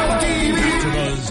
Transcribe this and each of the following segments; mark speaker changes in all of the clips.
Speaker 1: AfterBuzz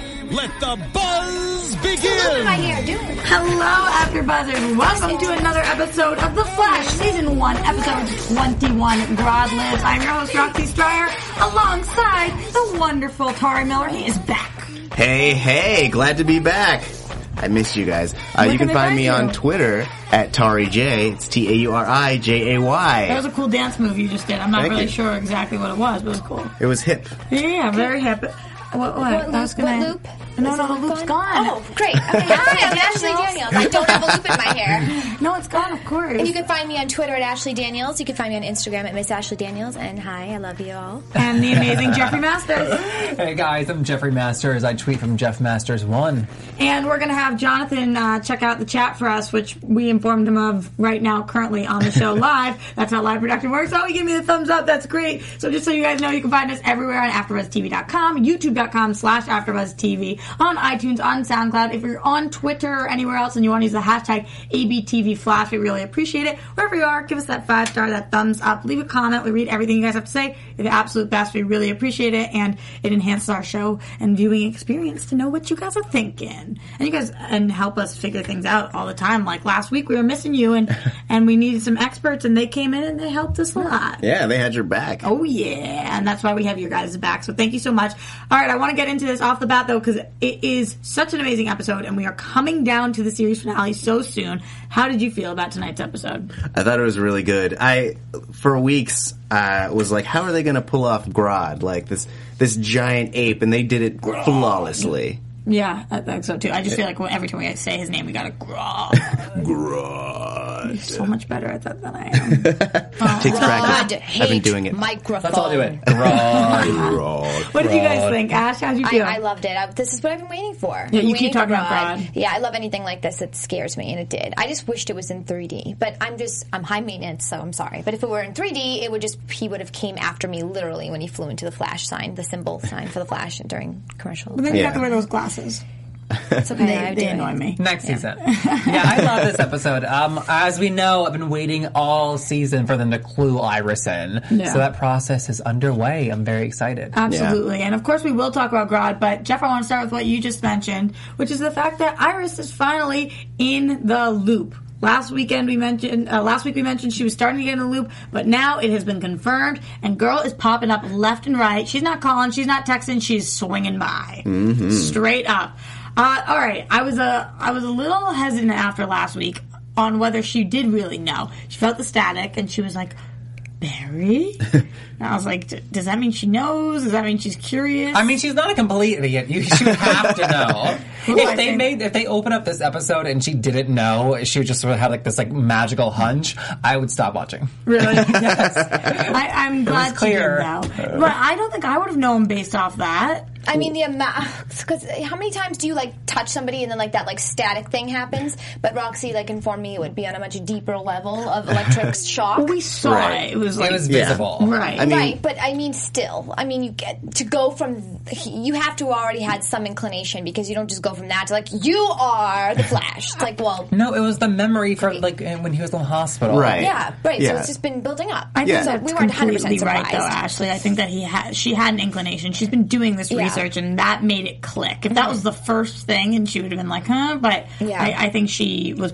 Speaker 1: let the buzz begin.
Speaker 2: Hello, AfterBuzzers. Welcome to another episode of The Flash, Season 1, Episode 21, Broad Lives. I'm your host, Roxy Stryer, alongside the wonderful Tari Miller. He is back.
Speaker 3: Hey, hey, glad to be back. I miss you guys. Uh,
Speaker 2: We're
Speaker 3: you can
Speaker 2: gonna
Speaker 3: find
Speaker 2: miss
Speaker 3: me
Speaker 2: you.
Speaker 3: on Twitter at Tari J. It's T A U R I J A
Speaker 2: That was
Speaker 3: Y.
Speaker 2: a cool dance move you just did. I'm not
Speaker 3: Thank
Speaker 2: really
Speaker 3: you.
Speaker 2: sure exactly what it was, but it was cool.
Speaker 3: It was hip.
Speaker 2: Yeah, very happy. What, what? I was gonna.
Speaker 4: What loop?
Speaker 2: No,
Speaker 4: Is
Speaker 2: no,
Speaker 4: the
Speaker 2: the
Speaker 4: loop
Speaker 2: loop's
Speaker 4: gone?
Speaker 2: gone.
Speaker 4: Oh, great. Okay, I am Ashley Daniels. I don't have a loop in my hair.
Speaker 2: No, it's gone, of course.
Speaker 4: And you can find me on Twitter at Ashley Daniels. You can find me on Instagram at Miss Ashley Daniels. And hi, I love you all.
Speaker 2: and the amazing Jeffrey Masters.
Speaker 5: Hey guys, I'm Jeffrey Masters. I tweet from Jeff Masters One.
Speaker 2: And we're going to have Jonathan uh, check out the chat for us, which we informed him of right now, currently on the show live. That's how live production works. Oh, he gave me the thumbs up. That's great. So just so you guys know, you can find us everywhere on AfterBuzzTV.com, YouTube.com slash AfterBuzzTV, on iTunes, on SoundCloud. If you're on Twitter or anywhere else and you want to use the hashtag ABTVFlash, we really appreciate it. Wherever you are, give us that five star, that thumbs up, leave a comment. We read everything you guys have to say. You're the absolute best. We really appreciate it, and it enhances our show and viewing experience to know what you guys are thinking. And you guys and help us figure things out all the time. Like last week, we were missing you, and and we needed some experts, and they came in and they helped us a lot.
Speaker 3: Yeah, they had your back.
Speaker 2: Oh yeah, and that's why we have your guys' back. So thank you so much. All right, I want to get into this off the bat though because it is such an amazing episode, and we are coming down to the series finale so soon. How did you feel about tonight's episode?
Speaker 3: I thought it was really good. I, for weeks, uh, was like, how are they going to pull off Grodd, like this this giant ape? And they did it flawlessly.
Speaker 2: Yeah, I think so too. I just feel like every time we say his name, we gotta growl.
Speaker 3: Grodd
Speaker 2: so much better at that than I am.
Speaker 3: takes practice.
Speaker 4: hate
Speaker 3: I've been doing it.
Speaker 4: Microphone.
Speaker 5: Let's all do it. Raw.
Speaker 3: Grodd.
Speaker 2: what did you guys think, Ash? How'd you
Speaker 4: I,
Speaker 2: feel?
Speaker 4: I loved it. I, this is what I've been waiting for.
Speaker 2: Yeah, you
Speaker 4: I'm
Speaker 2: keep
Speaker 4: waiting for
Speaker 2: talking about
Speaker 4: Grodd.
Speaker 2: Grodd.
Speaker 4: Yeah, I love anything like this that scares me, and it did. I just wished it was in 3D, but I'm just I'm high maintenance, so I'm sorry. But if it were in 3D, it would just he would have came after me literally when he flew into the flash sign, the symbol sign for the flash during commercial.
Speaker 2: then you
Speaker 3: Yeah.
Speaker 2: have to wear those glasses.
Speaker 4: It's okay. I
Speaker 2: They,
Speaker 4: would
Speaker 2: they
Speaker 4: do it.
Speaker 2: annoy me.
Speaker 5: Next season. Yeah, I love this episode. Um, as we know, I've been waiting all season for them to clue Iris in.
Speaker 2: Yeah.
Speaker 5: So that process is underway. I'm very excited.
Speaker 2: Absolutely. And of course, we will talk about Grodd, but Jeff, I want to start with what you just mentioned, which is the fact that Iris is finally in the loop. Last weekend we mentioned. Uh, last week we mentioned she was starting to get in the loop, but now it has been confirmed. And girl is popping up left and right. She's not calling. She's not texting. She's swinging by, straight up. Uh, all right, I was a I was a little hesitant after last week on whether she did really know. She felt the static and she was like, Barry? and I was like, "D- does that mean she knows? Does that mean she's curious?
Speaker 5: I mean, she's not a complete idiot. You, she would have to know.
Speaker 2: I
Speaker 5: if they
Speaker 2: think-
Speaker 5: made, if they open up this episode and she didn't know, she would just sort of have like this like magical hunch. I would stop watching.
Speaker 2: Really? yes. I, I'm glad she did
Speaker 5: clear.
Speaker 2: though. But I don't think I would have known based off that.
Speaker 4: I mean, the amount. Because uh, how many times do you like touch somebody and then like that like static thing happens? But Roxy like informed me it would be on a much deeper level of electric shock.
Speaker 2: We saw
Speaker 3: Right.
Speaker 2: it. It was like
Speaker 5: It was
Speaker 3: Yeah.
Speaker 5: visible.
Speaker 2: right.
Speaker 3: I mean,
Speaker 4: right, but I mean, still, I mean, you get to go from you have to already had some inclination because you don't just go from that to like you are the Flash. It's like, well,
Speaker 5: No, it was the memory from like when he was in the hospital.
Speaker 3: Right.
Speaker 4: yeah, right.
Speaker 3: Yeah.
Speaker 4: So it's just been building up.
Speaker 2: I think
Speaker 3: Yeah.
Speaker 4: so
Speaker 2: that's
Speaker 4: we weren't 100
Speaker 2: completely
Speaker 4: percent surprised.
Speaker 2: right, though, Ashley. I think that he had she had an inclination. She's been doing this
Speaker 4: Yeah.
Speaker 2: research, and that made it click. If that was the first thing, and she would have been like, "Huh," but
Speaker 4: Yeah.
Speaker 2: I, I think she was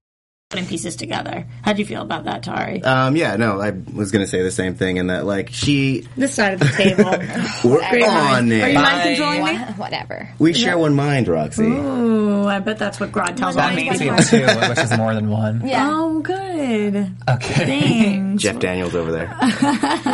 Speaker 2: putting pieces together. How do you feel about that, Tari?
Speaker 3: um, yeah, no, I was gonna say the same thing, and that like she,
Speaker 2: this side of the table.
Speaker 3: we're
Speaker 4: Great
Speaker 3: on
Speaker 4: minds.
Speaker 2: Are you
Speaker 3: it.
Speaker 2: mind controlling me?
Speaker 4: Wha- Whatever.
Speaker 3: We share one mind, Roxy.
Speaker 2: Ooh, I bet that's what Grodd tells
Speaker 5: That
Speaker 2: me.
Speaker 5: means we have two, which is more than one.
Speaker 4: Yeah,
Speaker 2: Oh, good.
Speaker 5: Okay.
Speaker 2: Dang.
Speaker 3: Jeff Daniels over there.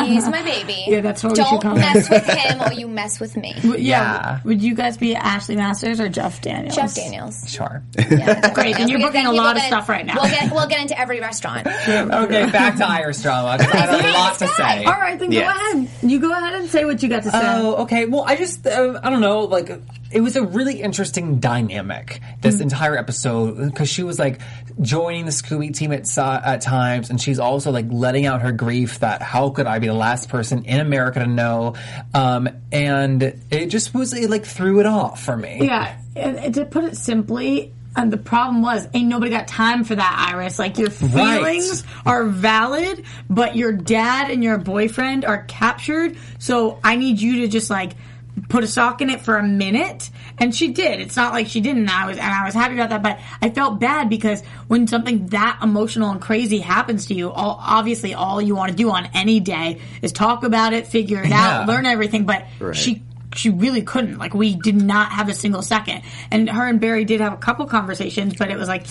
Speaker 4: he's my baby.
Speaker 2: Yeah, that's what we
Speaker 4: Don't
Speaker 2: should call him.
Speaker 4: mess with him or you mess with me.
Speaker 2: But yeah. Would you guys be Ashley Masters or Jeff Daniels?
Speaker 4: Jeff Daniels.
Speaker 5: Sure.
Speaker 4: Yeah,
Speaker 2: Great, then you're
Speaker 4: Because
Speaker 2: booking
Speaker 4: then
Speaker 2: a
Speaker 4: we'll
Speaker 2: lot of
Speaker 4: get-
Speaker 2: stuff right now.
Speaker 4: We'll get we'll get into every restaurant.
Speaker 5: Okay, back to Irish drama. 'cause I have a lot to say.
Speaker 2: All right, then
Speaker 3: Yes.
Speaker 2: go ahead. You go ahead and say what you got to say.
Speaker 5: Oh, okay. Well, I just, uh, I don't know, like, it was a really interesting dynamic, this
Speaker 2: Mm.
Speaker 5: entire episode, because she was, like, joining the Scooby team at, si- at times, and she's also, like, letting out her grief that how could I be the last person in America to know? Um, and it just was, it, like, threw it off for me.
Speaker 2: Yeah, and, and to put it simply, and the problem was, ain't nobody got time for that, Iris. Like your
Speaker 5: Right.
Speaker 2: feelings are valid, but your dad and your boyfriend are captured. So I need you to just like put a sock in it for a minute. And she did. It's not like she didn't. And I was and I was happy about that, but I felt bad because when something that emotional and crazy happens to you, all, obviously all you want to do on any day is talk about it, figure it out,
Speaker 5: Yeah.
Speaker 2: learn everything. But she she really couldn't. Like we did not have a single second. And her and Barry did have a couple conversations, but it was like,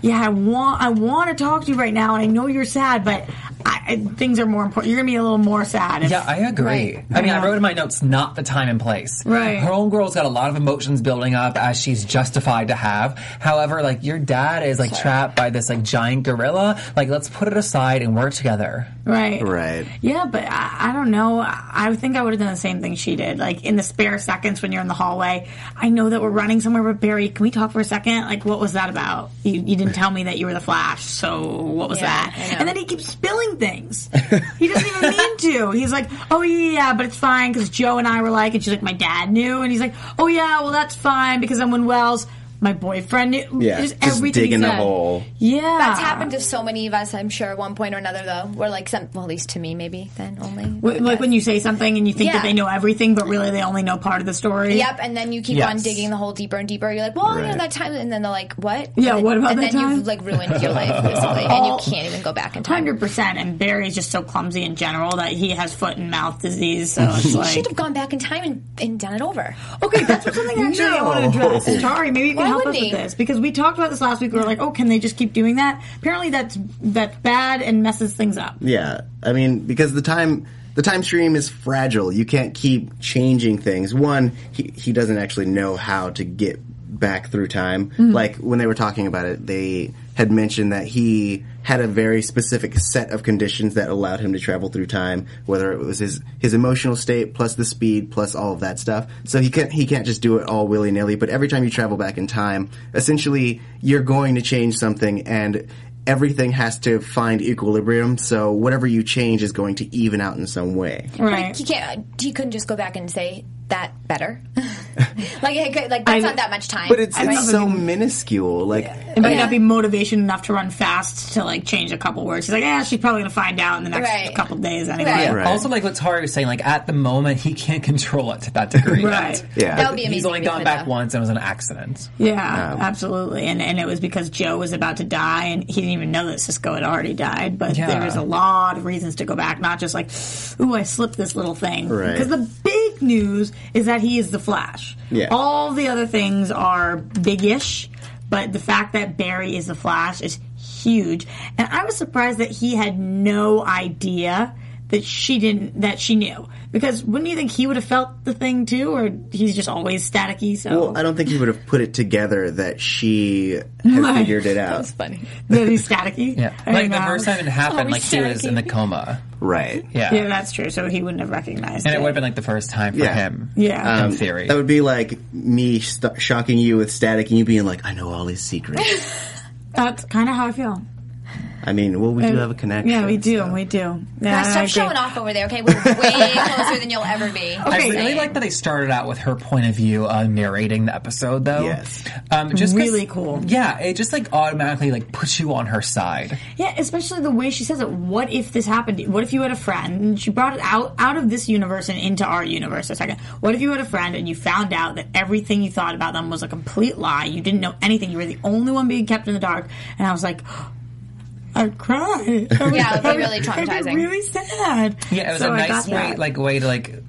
Speaker 2: yeah, I want I want to talk to you right now, and I know you're sad, but I, I, things are more important. You're gonna be a little more sad. If,
Speaker 5: Yeah, I agree. I mean,
Speaker 2: Yeah.
Speaker 5: I wrote in my notes not the time and place.
Speaker 2: Right.
Speaker 5: Her own girl's got a lot of emotions building up as she's justified to have. However, like your dad is like trapped by this like giant gorilla. Like let's put it aside and work together.
Speaker 2: right,
Speaker 3: Right.
Speaker 2: Yeah, but I, I don't know. I, I think I would have done the same thing she did. Like in the spare seconds when you're in the hallway, I know that we're running somewhere, but Barry, can we talk for a second? Like, what was that about? You, you didn't tell me that you were the Flash, so what was
Speaker 4: Yeah, I
Speaker 2: that?
Speaker 4: know.
Speaker 2: And then he keeps spilling things. he doesn't even mean to. He's like, oh yeah, yeah, but it's fine because Joe and I were like, and she's like, my dad knew, and he's like, oh yeah, well that's fine because then when Wells, my boyfriend knew.
Speaker 3: Yeah,
Speaker 2: just,
Speaker 3: just
Speaker 2: everything he
Speaker 3: digging a
Speaker 2: said.
Speaker 3: hole.
Speaker 2: Yeah,
Speaker 4: That's happened to so many of us, I'm sure, at one point or another, though. We're like, some, well, at least to me, maybe, then only.
Speaker 2: Wh- Like when you say something and you think that
Speaker 4: Yeah.
Speaker 2: they know everything, but really they only know part of the story.
Speaker 4: Yep, and then you keep on
Speaker 5: Yes.
Speaker 4: digging the hole deeper and deeper. You're like, well, you know,
Speaker 3: Right.
Speaker 4: that time. And then they're like, what?
Speaker 2: Yeah,
Speaker 4: and then,
Speaker 2: what about
Speaker 4: And
Speaker 2: that
Speaker 4: then
Speaker 2: time?
Speaker 4: you've like ruined your life, basically. and you
Speaker 2: All-
Speaker 4: can't even go back in time.
Speaker 2: Hundred percent, and Barry's just so clumsy in general that he has foot and mouth disease. So it's
Speaker 4: You should
Speaker 2: like,
Speaker 4: have gone back in time and, and done it over.
Speaker 2: okay, that's what something actually I want to address. Sorry, maybe you can
Speaker 4: Why
Speaker 2: help us
Speaker 4: wouldn't
Speaker 2: with
Speaker 4: he?
Speaker 2: this because we talked about this last week. We were like, oh, can they just keep doing that? Apparently, that's that's bad and messes things up.
Speaker 3: Yeah, I mean because the time the time stream is fragile. You can't keep changing things. One, he he doesn't actually know how to get back through time. Like when they were talking about it, they had mentioned that he had a very specific set of conditions that allowed him to travel through time, whether it was his his emotional state plus the speed plus all of that stuff. So he can't he can't just do it all willy nilly. But every time you travel back in time, essentially you're going to change something and everything has to find equilibrium. So whatever you change is going to even out in some way.
Speaker 2: Right.
Speaker 4: uh, He can't. He couldn't just go back and say that better. Like, it could- like
Speaker 2: I-
Speaker 4: that's not that much time.
Speaker 3: But it's,
Speaker 2: I
Speaker 3: it's
Speaker 2: don't
Speaker 3: so
Speaker 2: think-
Speaker 3: minuscule. Like,
Speaker 2: It might not be motivation enough to run fast to like change a couple words. She's like, yeah, she's probably gonna find out in the next
Speaker 4: Right.
Speaker 2: couple days anyway.
Speaker 4: Right.
Speaker 3: Right.
Speaker 5: Also, like what Tari was saying, like at the moment he can't control it to that degree.
Speaker 2: Right.
Speaker 5: yet.
Speaker 3: yeah.
Speaker 4: That would be amazing.
Speaker 5: He's only
Speaker 4: if
Speaker 5: gone
Speaker 4: it
Speaker 5: back
Speaker 4: though.
Speaker 5: once and it was an accident.
Speaker 2: Yeah,
Speaker 3: Um,
Speaker 2: absolutely. And and it was because Joe was about to die, and he didn't even know that Cisco had already died. But
Speaker 5: Yeah.
Speaker 2: there was a lot of reasons to go back, not just like, ooh, I slipped this little thing.
Speaker 3: Right.
Speaker 2: Because the big news is that he is the Flash.
Speaker 3: Yeah.
Speaker 2: All the other things are big-ish, but the fact that Barry is the Flash is huge. And I was surprised that he had no idea that she didn't that she knew because wouldn't you think he would have felt the thing too or he's just always staticky so
Speaker 3: Well, I don't think he would have put it together that she had
Speaker 2: Right.
Speaker 3: figured it out.
Speaker 4: funny.
Speaker 2: That he's staticky.
Speaker 5: Yeah.
Speaker 2: I
Speaker 5: Like
Speaker 2: mean,
Speaker 5: the
Speaker 2: um,
Speaker 5: first time it happened, like he was in the coma.
Speaker 3: Right.
Speaker 5: Yeah.
Speaker 2: Yeah, that's true. So he wouldn't have recognized
Speaker 5: and
Speaker 2: it.
Speaker 5: it would have been like the first time for
Speaker 3: Yeah. Um,
Speaker 5: him.
Speaker 2: Yeah.
Speaker 5: In theory.
Speaker 3: That would be like me st- shocking you with static and you being like, I know all his secrets.
Speaker 2: that's kind of how I feel.
Speaker 3: I mean, well, we do have a connection.
Speaker 2: Yeah, we do.
Speaker 3: so.
Speaker 2: We do. Yeah,
Speaker 4: Guys,
Speaker 2: I
Speaker 4: stop
Speaker 2: agree.
Speaker 4: showing off over there, okay? We're way closer than you'll ever be.
Speaker 5: I
Speaker 2: Okay.
Speaker 5: really like that they started out with her point of view on narrating the episode, though.
Speaker 3: Yes.
Speaker 5: um, just 'cause-
Speaker 2: Really cool.
Speaker 5: Yeah, it just like automatically like puts you on her side.
Speaker 2: Yeah, especially the way she says it. What if this happened? to you? What if you had a friend? And she brought it out out of this universe and into our universe. A second. What if you had a friend and you found out that everything you thought about them was a complete lie? You didn't know anything. You were the only one being kept in the dark. And I was like. I'd cry. I would-
Speaker 4: Yeah, it would be
Speaker 2: I
Speaker 4: really
Speaker 2: I'd
Speaker 4: traumatizing.
Speaker 2: really sad.
Speaker 5: Yeah, it was
Speaker 2: So
Speaker 5: a
Speaker 2: I
Speaker 5: nice
Speaker 2: got
Speaker 5: way,
Speaker 2: that.
Speaker 5: like way to like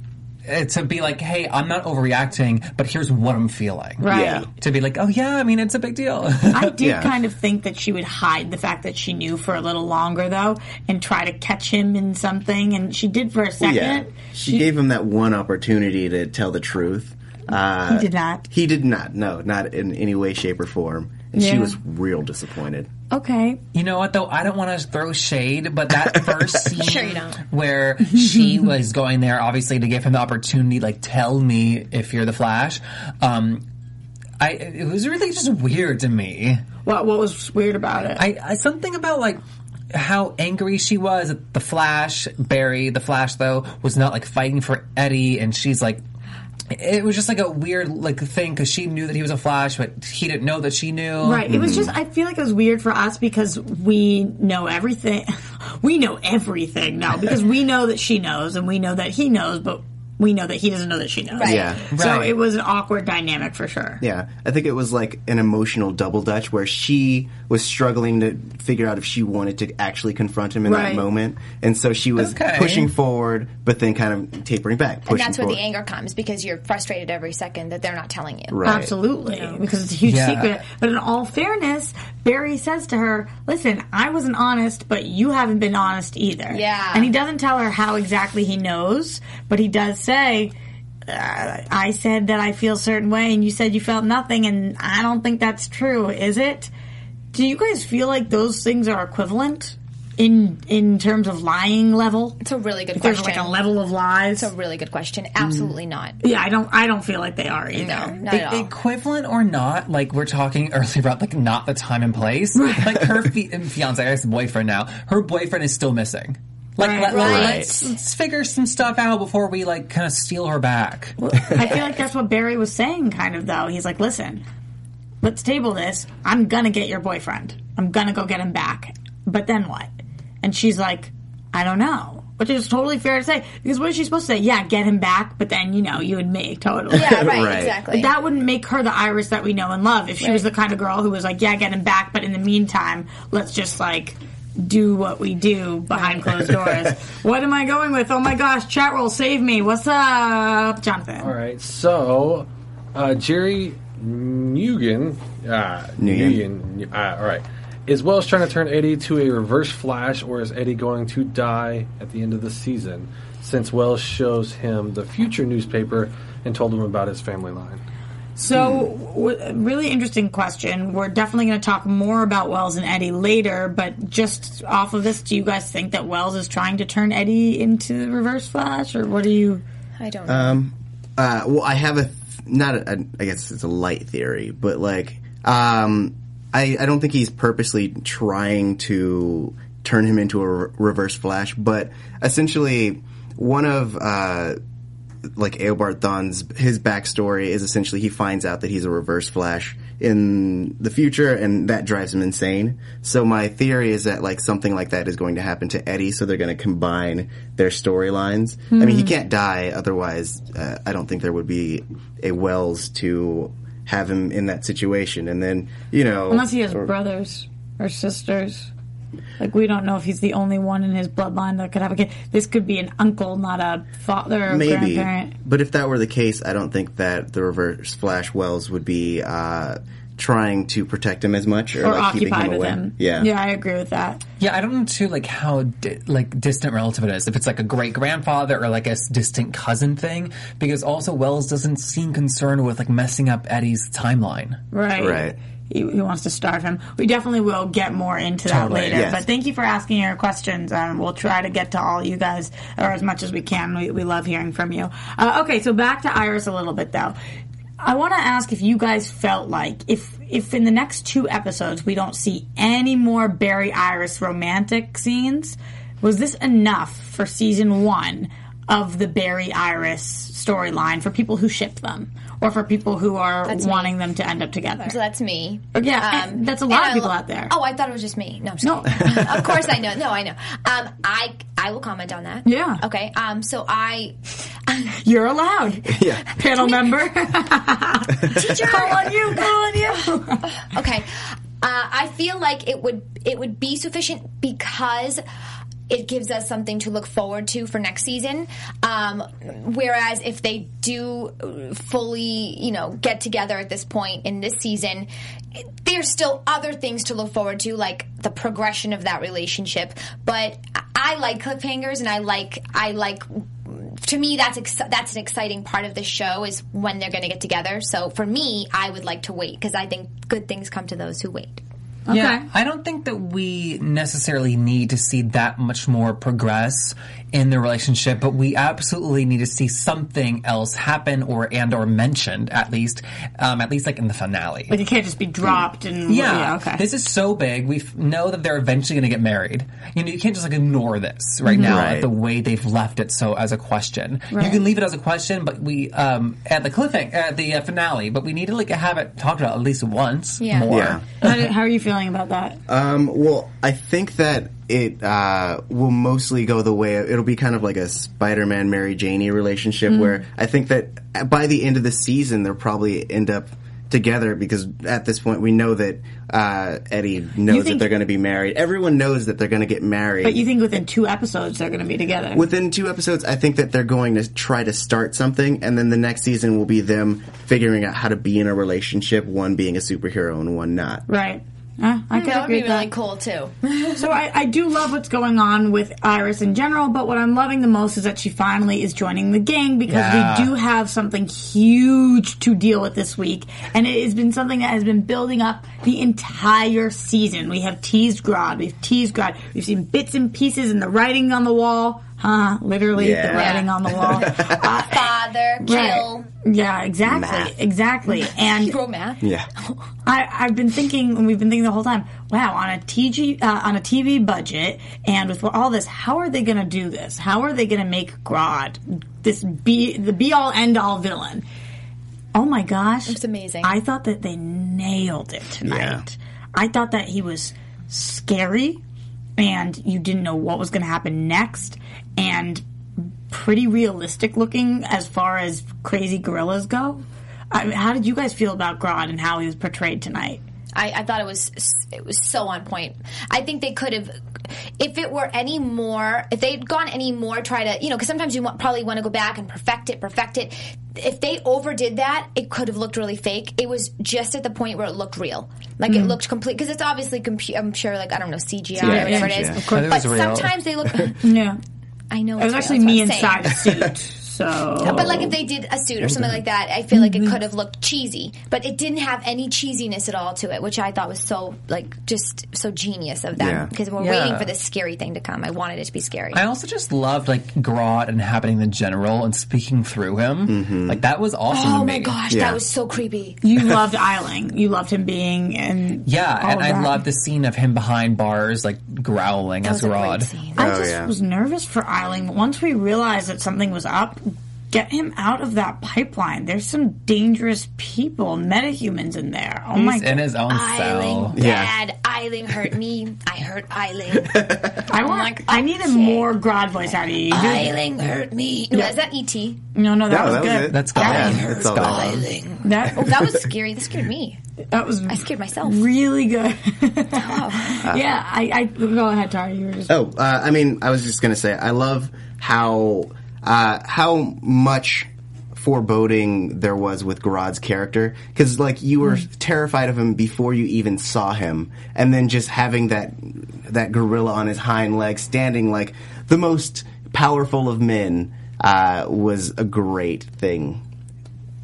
Speaker 5: eh, to be like, hey, I'm not overreacting, but here's what I'm feeling.
Speaker 2: right.
Speaker 3: Yeah.
Speaker 5: To be like, oh yeah, I mean, it's a big deal.
Speaker 2: I did
Speaker 3: Yeah.
Speaker 2: kind of think that she would hide the fact that she knew for a little longer, though, and try to catch him in something. And she did for a second.
Speaker 3: Yeah. She, gave him that one opportunity to tell the truth. Uh,
Speaker 2: Did not.
Speaker 3: he did not. No, not in any way, shape, or form. And she
Speaker 2: Yeah.
Speaker 3: was real disappointed.
Speaker 2: Okay.
Speaker 5: You know what though? I don't want to throw shade, but that first scene
Speaker 4: Sure you don't.
Speaker 5: where she was going there, obviously to give him the opportunity, like tell me if you're the Flash. Um, I it was really just weird to me.
Speaker 2: What What was weird about it?
Speaker 5: I, I something about like how angry she was at the Flash. Barry, the Flash though, was not like fighting for Eddie, and she's like. It was just like a weird like thing because she knew that he was a Flash, but he didn't know that she
Speaker 4: Oh.
Speaker 5: knew.
Speaker 2: Right. It was just, I feel like it was weird for us because we know everything. we know everything now because we know that she knows and we know that he knows, but we know that he doesn't know that she knows.
Speaker 4: Right.
Speaker 3: Yeah.
Speaker 2: So
Speaker 5: Right.
Speaker 2: it was an awkward dynamic for sure.
Speaker 3: Yeah, I think it was like an emotional double dutch where she was struggling to figure out if she wanted to actually confront him in
Speaker 2: Right.
Speaker 3: that moment, and so she was
Speaker 5: Okay.
Speaker 3: pushing forward, but then kind of tapering back. Pushing
Speaker 4: And that's where the
Speaker 3: forward.
Speaker 4: anger comes because you're frustrated every second that they're not telling you.
Speaker 3: Right.
Speaker 2: Absolutely, because it's a huge
Speaker 5: Yeah.
Speaker 2: secret. But in all fairness, Barry says to her, "Listen, I wasn't honest, but you haven't been honest either."
Speaker 4: Yeah.
Speaker 2: and he doesn't tell her how exactly he knows, but he does say, uh, "I said that I feel a certain way, and you said you felt nothing, and I don't think that's true, is it?" Do you guys feel like those things are equivalent in in terms of lying level?
Speaker 4: It's a really good
Speaker 2: If there's
Speaker 4: question.
Speaker 2: like a level of lies.
Speaker 4: It's a really good question. Absolutely
Speaker 2: Mm.
Speaker 4: not.
Speaker 2: yeah, I don't. I don't feel like they are either.
Speaker 4: Not at all.
Speaker 5: equivalent or not, like we're talking earlier about like not the time and place. Like her fi- fiance, I guess boyfriend now, her boyfriend is still missing. Like
Speaker 2: Right.
Speaker 5: let,
Speaker 4: Right.
Speaker 5: us let's figure some stuff out before we like kind of steal her back.
Speaker 2: I feel like that's what Barry was saying, kind of, though. He's like, listen, let's table this. I'm going to get your boyfriend. I'm going to go get him back. But then what? And she's like, I don't know. Which is totally fair to say. Because what is she supposed to say? Yeah, get him back, but then, you know, you and me, totally.
Speaker 4: Yeah, right,
Speaker 3: Right.
Speaker 4: exactly.
Speaker 2: But that wouldn't make her the Iris that we know and love if she was the kind of girl who was like, yeah, get him back, but in the meantime, let's just like do what we do behind closed doors. what am I going with? Oh my gosh, chat roll, save me. What's up, Jonathan?
Speaker 6: All right, so uh, Jerry Nugent, uh,
Speaker 3: Nugent.
Speaker 6: Nugent, uh, all right, is Welsh trying to turn Eddie to a reverse Flash, or is Eddie going to die at the end of the season? Since Welsh shows him the future newspaper and told him about his family line.
Speaker 2: So, w- really interesting question. We're definitely going to talk more about Wells and Eddie later, but just off of this, do you guys think that Wells is trying to turn Eddie into Reverse Flash, or what do you?
Speaker 4: I don't know.
Speaker 3: Uh, well, I have a th- not. A, a, I guess it's a light theory, but like, um, I I don't think he's purposely trying to turn him into a re- reverse Flash, but essentially one of uh, like Eobard Thawne's his backstory is essentially he finds out that he's a Reverse Flash in the future, and that drives him insane. So my theory is that like something like that is going to happen to Eddie, so they're going to combine their storylines. I mean, he
Speaker 2: Hmm.
Speaker 3: can't die, otherwise, uh, I don't think there would be a Wells to have him in that situation. And then you know,
Speaker 2: Unless he has brothers or sisters. Like we don't know if he's the only one in his bloodline that could have a kid. This could be an uncle, not a father or
Speaker 3: maybe.
Speaker 2: grandparent.
Speaker 3: But if that were the case, I don't think that the Reverse Flash Wells would be uh, trying to protect him as much or,
Speaker 2: Or
Speaker 3: like keeping
Speaker 2: occupied
Speaker 3: him
Speaker 2: with
Speaker 3: away.
Speaker 2: him.
Speaker 3: Yeah.
Speaker 2: Yeah, I agree with that.
Speaker 5: Yeah, I don't know too like how di- like distant relative it is. If it's like a great grandfather or like a s- distant cousin thing, because also Wells doesn't seem concerned with like messing up Eddie's timeline.
Speaker 2: Right.
Speaker 3: Right.
Speaker 2: He, he wants to starve him. We definitely will get more into that
Speaker 5: Totally,
Speaker 2: later.
Speaker 3: yes.
Speaker 2: But thank you for asking your questions. Um, we'll try to get to all you guys, or as much as we can. We, we love hearing from you. Uh, okay, so back to Iris a little bit, though. I want to ask if you guys felt like if if in the next two episodes we don't see any more Barry Iris romantic scenes, was this enough for season one of the Barry Iris storyline for people who ship them or for people who are
Speaker 4: me.
Speaker 2: wanting them to end up together?
Speaker 4: So that's me.
Speaker 2: Oh,
Speaker 4: Um,
Speaker 2: Yeah, and that's a lot
Speaker 4: and
Speaker 2: of people
Speaker 4: I lo-
Speaker 2: out there.
Speaker 4: Oh, I thought it was just me. No, I'm just
Speaker 2: No.
Speaker 4: kidding. of course I know. No, I know. Um, I I will comment on that.
Speaker 2: Yeah.
Speaker 4: Okay. Um, so I
Speaker 2: You're allowed. Yeah. Panel member.
Speaker 4: teacher
Speaker 2: call on you, call on you.
Speaker 4: okay. Uh, I feel like it would it would be sufficient because it gives us something to look forward to for next season. Um, whereas if they do uh, fully, you know, get together at this point in this season, there's still other things to look forward to, like the progression of that relationship. But I- I like cliffhangers, and I like I like to me that's ex- that's an exciting part of the show is when they're going to get together. So for me, I would like to wait because I think good things come to those who wait.
Speaker 5: Yeah, I don't think that we necessarily need to see that much more progress in the relationship, but we absolutely need to see something else happen or and or mentioned at least, um, at least like in the finale.
Speaker 2: Like, it can't just be dropped and.
Speaker 5: Yeah.
Speaker 2: okay.
Speaker 5: This is so big. We f- know that they're eventually going to get married. You know, you can't just like ignore this right now, like,
Speaker 3: Right.
Speaker 5: the way they've left it. So as a question, you can leave it as a question, but we um at the cliffhanger at the uh, finale, but we need to like have it talked about at least once
Speaker 4: Yeah.
Speaker 5: more.
Speaker 3: Yeah.
Speaker 2: how, do- how are you feeling about that?
Speaker 3: Um, well, I think that it uh, will mostly go the way it'll be kind of like a Spider-Man Mary Janey relationship,
Speaker 2: Mm-hmm.
Speaker 3: where I think that by the end of the season they'll probably end up together because at this point we know that uh, Eddie knows
Speaker 2: think-
Speaker 3: that they're going to be married. Everyone knows that they're going to get married.
Speaker 2: but you think within two episodes they're going to be together?
Speaker 3: within two episodes, I think that they're going to try to start something, and then the next season will be them figuring out how to be in a relationship, one being a superhero and one not.
Speaker 2: right. Uh,
Speaker 7: Hmm,
Speaker 2: I could
Speaker 4: That would
Speaker 2: agree
Speaker 4: be
Speaker 2: with that.
Speaker 4: really cool too.
Speaker 2: So I, I do love what's going on with Iris in general, but what I'm loving the most is that she finally is joining the gang because we do have something huge to deal with this week, and it has been something that has been building up the entire season. We have teased Grodd, we've teased Grodd, we've seen bits and pieces and the writing on the wall, huh? Literally,
Speaker 3: Yeah.
Speaker 2: the writing on the wall. Uh,
Speaker 4: Father, kill,
Speaker 2: Yeah, exactly,
Speaker 3: Math.
Speaker 2: exactly, and
Speaker 4: grow math.
Speaker 3: Yeah.
Speaker 2: I, I've been thinking, and we've been thinking the whole time. Wow, on a TG, uh, on a TV budget, and with all this, how are they going to do this? How are they going to make Grodd this be the be all end all villain? Oh my gosh, it's
Speaker 4: amazing.
Speaker 2: I thought that they nailed it tonight. I thought that he was scary, and you didn't know what was going to happen next, and pretty realistic looking as far as crazy gorillas go. I mean, how did you guys feel about Grodd and how he was portrayed tonight?
Speaker 4: I, I thought it was it was so on point. I think they could have, if it were any more, if they'd gone any more, try to you know, because sometimes you want, probably want to go back and perfect it, perfect it. If they overdid that, it could have looked really fake. It was just at the point where it looked real, like it looked complete because it's obviously compu- I'm sure like I don't know CGI or whatever it is.
Speaker 3: CGI. Of
Speaker 5: course.
Speaker 4: but
Speaker 5: It was real.
Speaker 4: sometimes they look.
Speaker 2: Yeah.
Speaker 4: I know
Speaker 2: It was
Speaker 4: it's
Speaker 2: actually
Speaker 4: real,
Speaker 2: me
Speaker 4: that's what I'm
Speaker 2: inside
Speaker 4: saying.
Speaker 2: a suit, so.
Speaker 4: But like if they did a suit or something like that, I feel like
Speaker 3: Mm-hmm.
Speaker 4: it could have looked cheesy. But it didn't have any cheesiness at all to it, which I thought was so like just so genius of
Speaker 3: Yeah.
Speaker 4: them because we're
Speaker 5: Yeah.
Speaker 4: waiting for this scary thing to come. I wanted it to be scary.
Speaker 5: I also just loved like Grodd and happening the general and speaking through him. Like that was awesome.
Speaker 4: oh
Speaker 5: to
Speaker 4: my
Speaker 5: me.
Speaker 4: gosh, that was so creepy.
Speaker 2: You loved Eiling. You loved him being in.
Speaker 5: Yeah, and
Speaker 2: of
Speaker 5: I
Speaker 2: that.
Speaker 5: love the scene of him behind bars, like growling as
Speaker 4: was a great
Speaker 5: Grodd.
Speaker 2: Oh,
Speaker 4: scene.
Speaker 2: I just was nervous for Eiling. Once we realized that something was up, Get him out of that pipeline. There's some dangerous people, metahumans in there. Oh my
Speaker 5: He's in his own
Speaker 4: Eiling
Speaker 5: cell.
Speaker 3: Yeah.
Speaker 4: bad. Eiling hurt me. I hurt Eiling.
Speaker 2: I want. I need a more Grodd voice out of you.
Speaker 4: Eiling hurt me. No, is that E E.T.?
Speaker 2: No, no, that
Speaker 3: No,
Speaker 2: was
Speaker 3: that was
Speaker 2: good.
Speaker 3: it.
Speaker 5: That's gone.
Speaker 3: Yeah, that's all that was.
Speaker 4: Eiling.
Speaker 2: That
Speaker 4: Oh, that was scary. That scared me.
Speaker 2: that was
Speaker 4: I scared myself.
Speaker 2: really good. yeah, I, I go ahead, Tara. You were just
Speaker 3: Oh, uh, I mean, I was just gonna say, I love how uh, how much foreboding there was with Garad's character because, like, you were terrified of him before you even saw him, and then just having that that gorilla on his hind leg, standing like the most powerful of men, uh, was a great thing.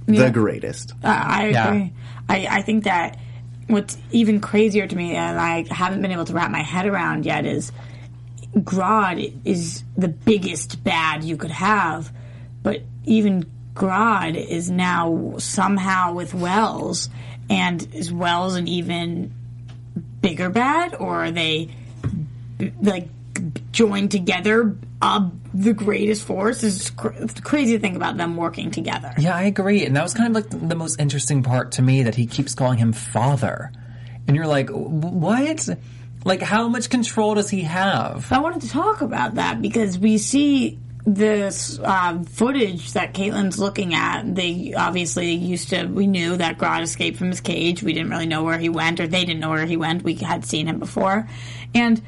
Speaker 3: The greatest.
Speaker 2: I
Speaker 5: Yeah.
Speaker 2: agree. I, I think that what's even crazier to me, and I haven't been able to wrap my head around yet, is Grodd is the biggest bad you could have, but even Grodd is now somehow with Wells, and is Wells an even bigger bad, or are they like joined together? Uh, the greatest force is cr- it's crazy to think about them working together.
Speaker 5: Yeah, I agree. And that was kind of like the most interesting part to me that he keeps calling him father. And you're like, "W- what? Like, how much control does he have?
Speaker 2: I wanted to talk about that because we see this um, footage that Caitlin's looking at. They obviously used to, we knew that Grodd escaped from his cage. We didn't really know where he went, or they didn't know where he went. We had seen him before. And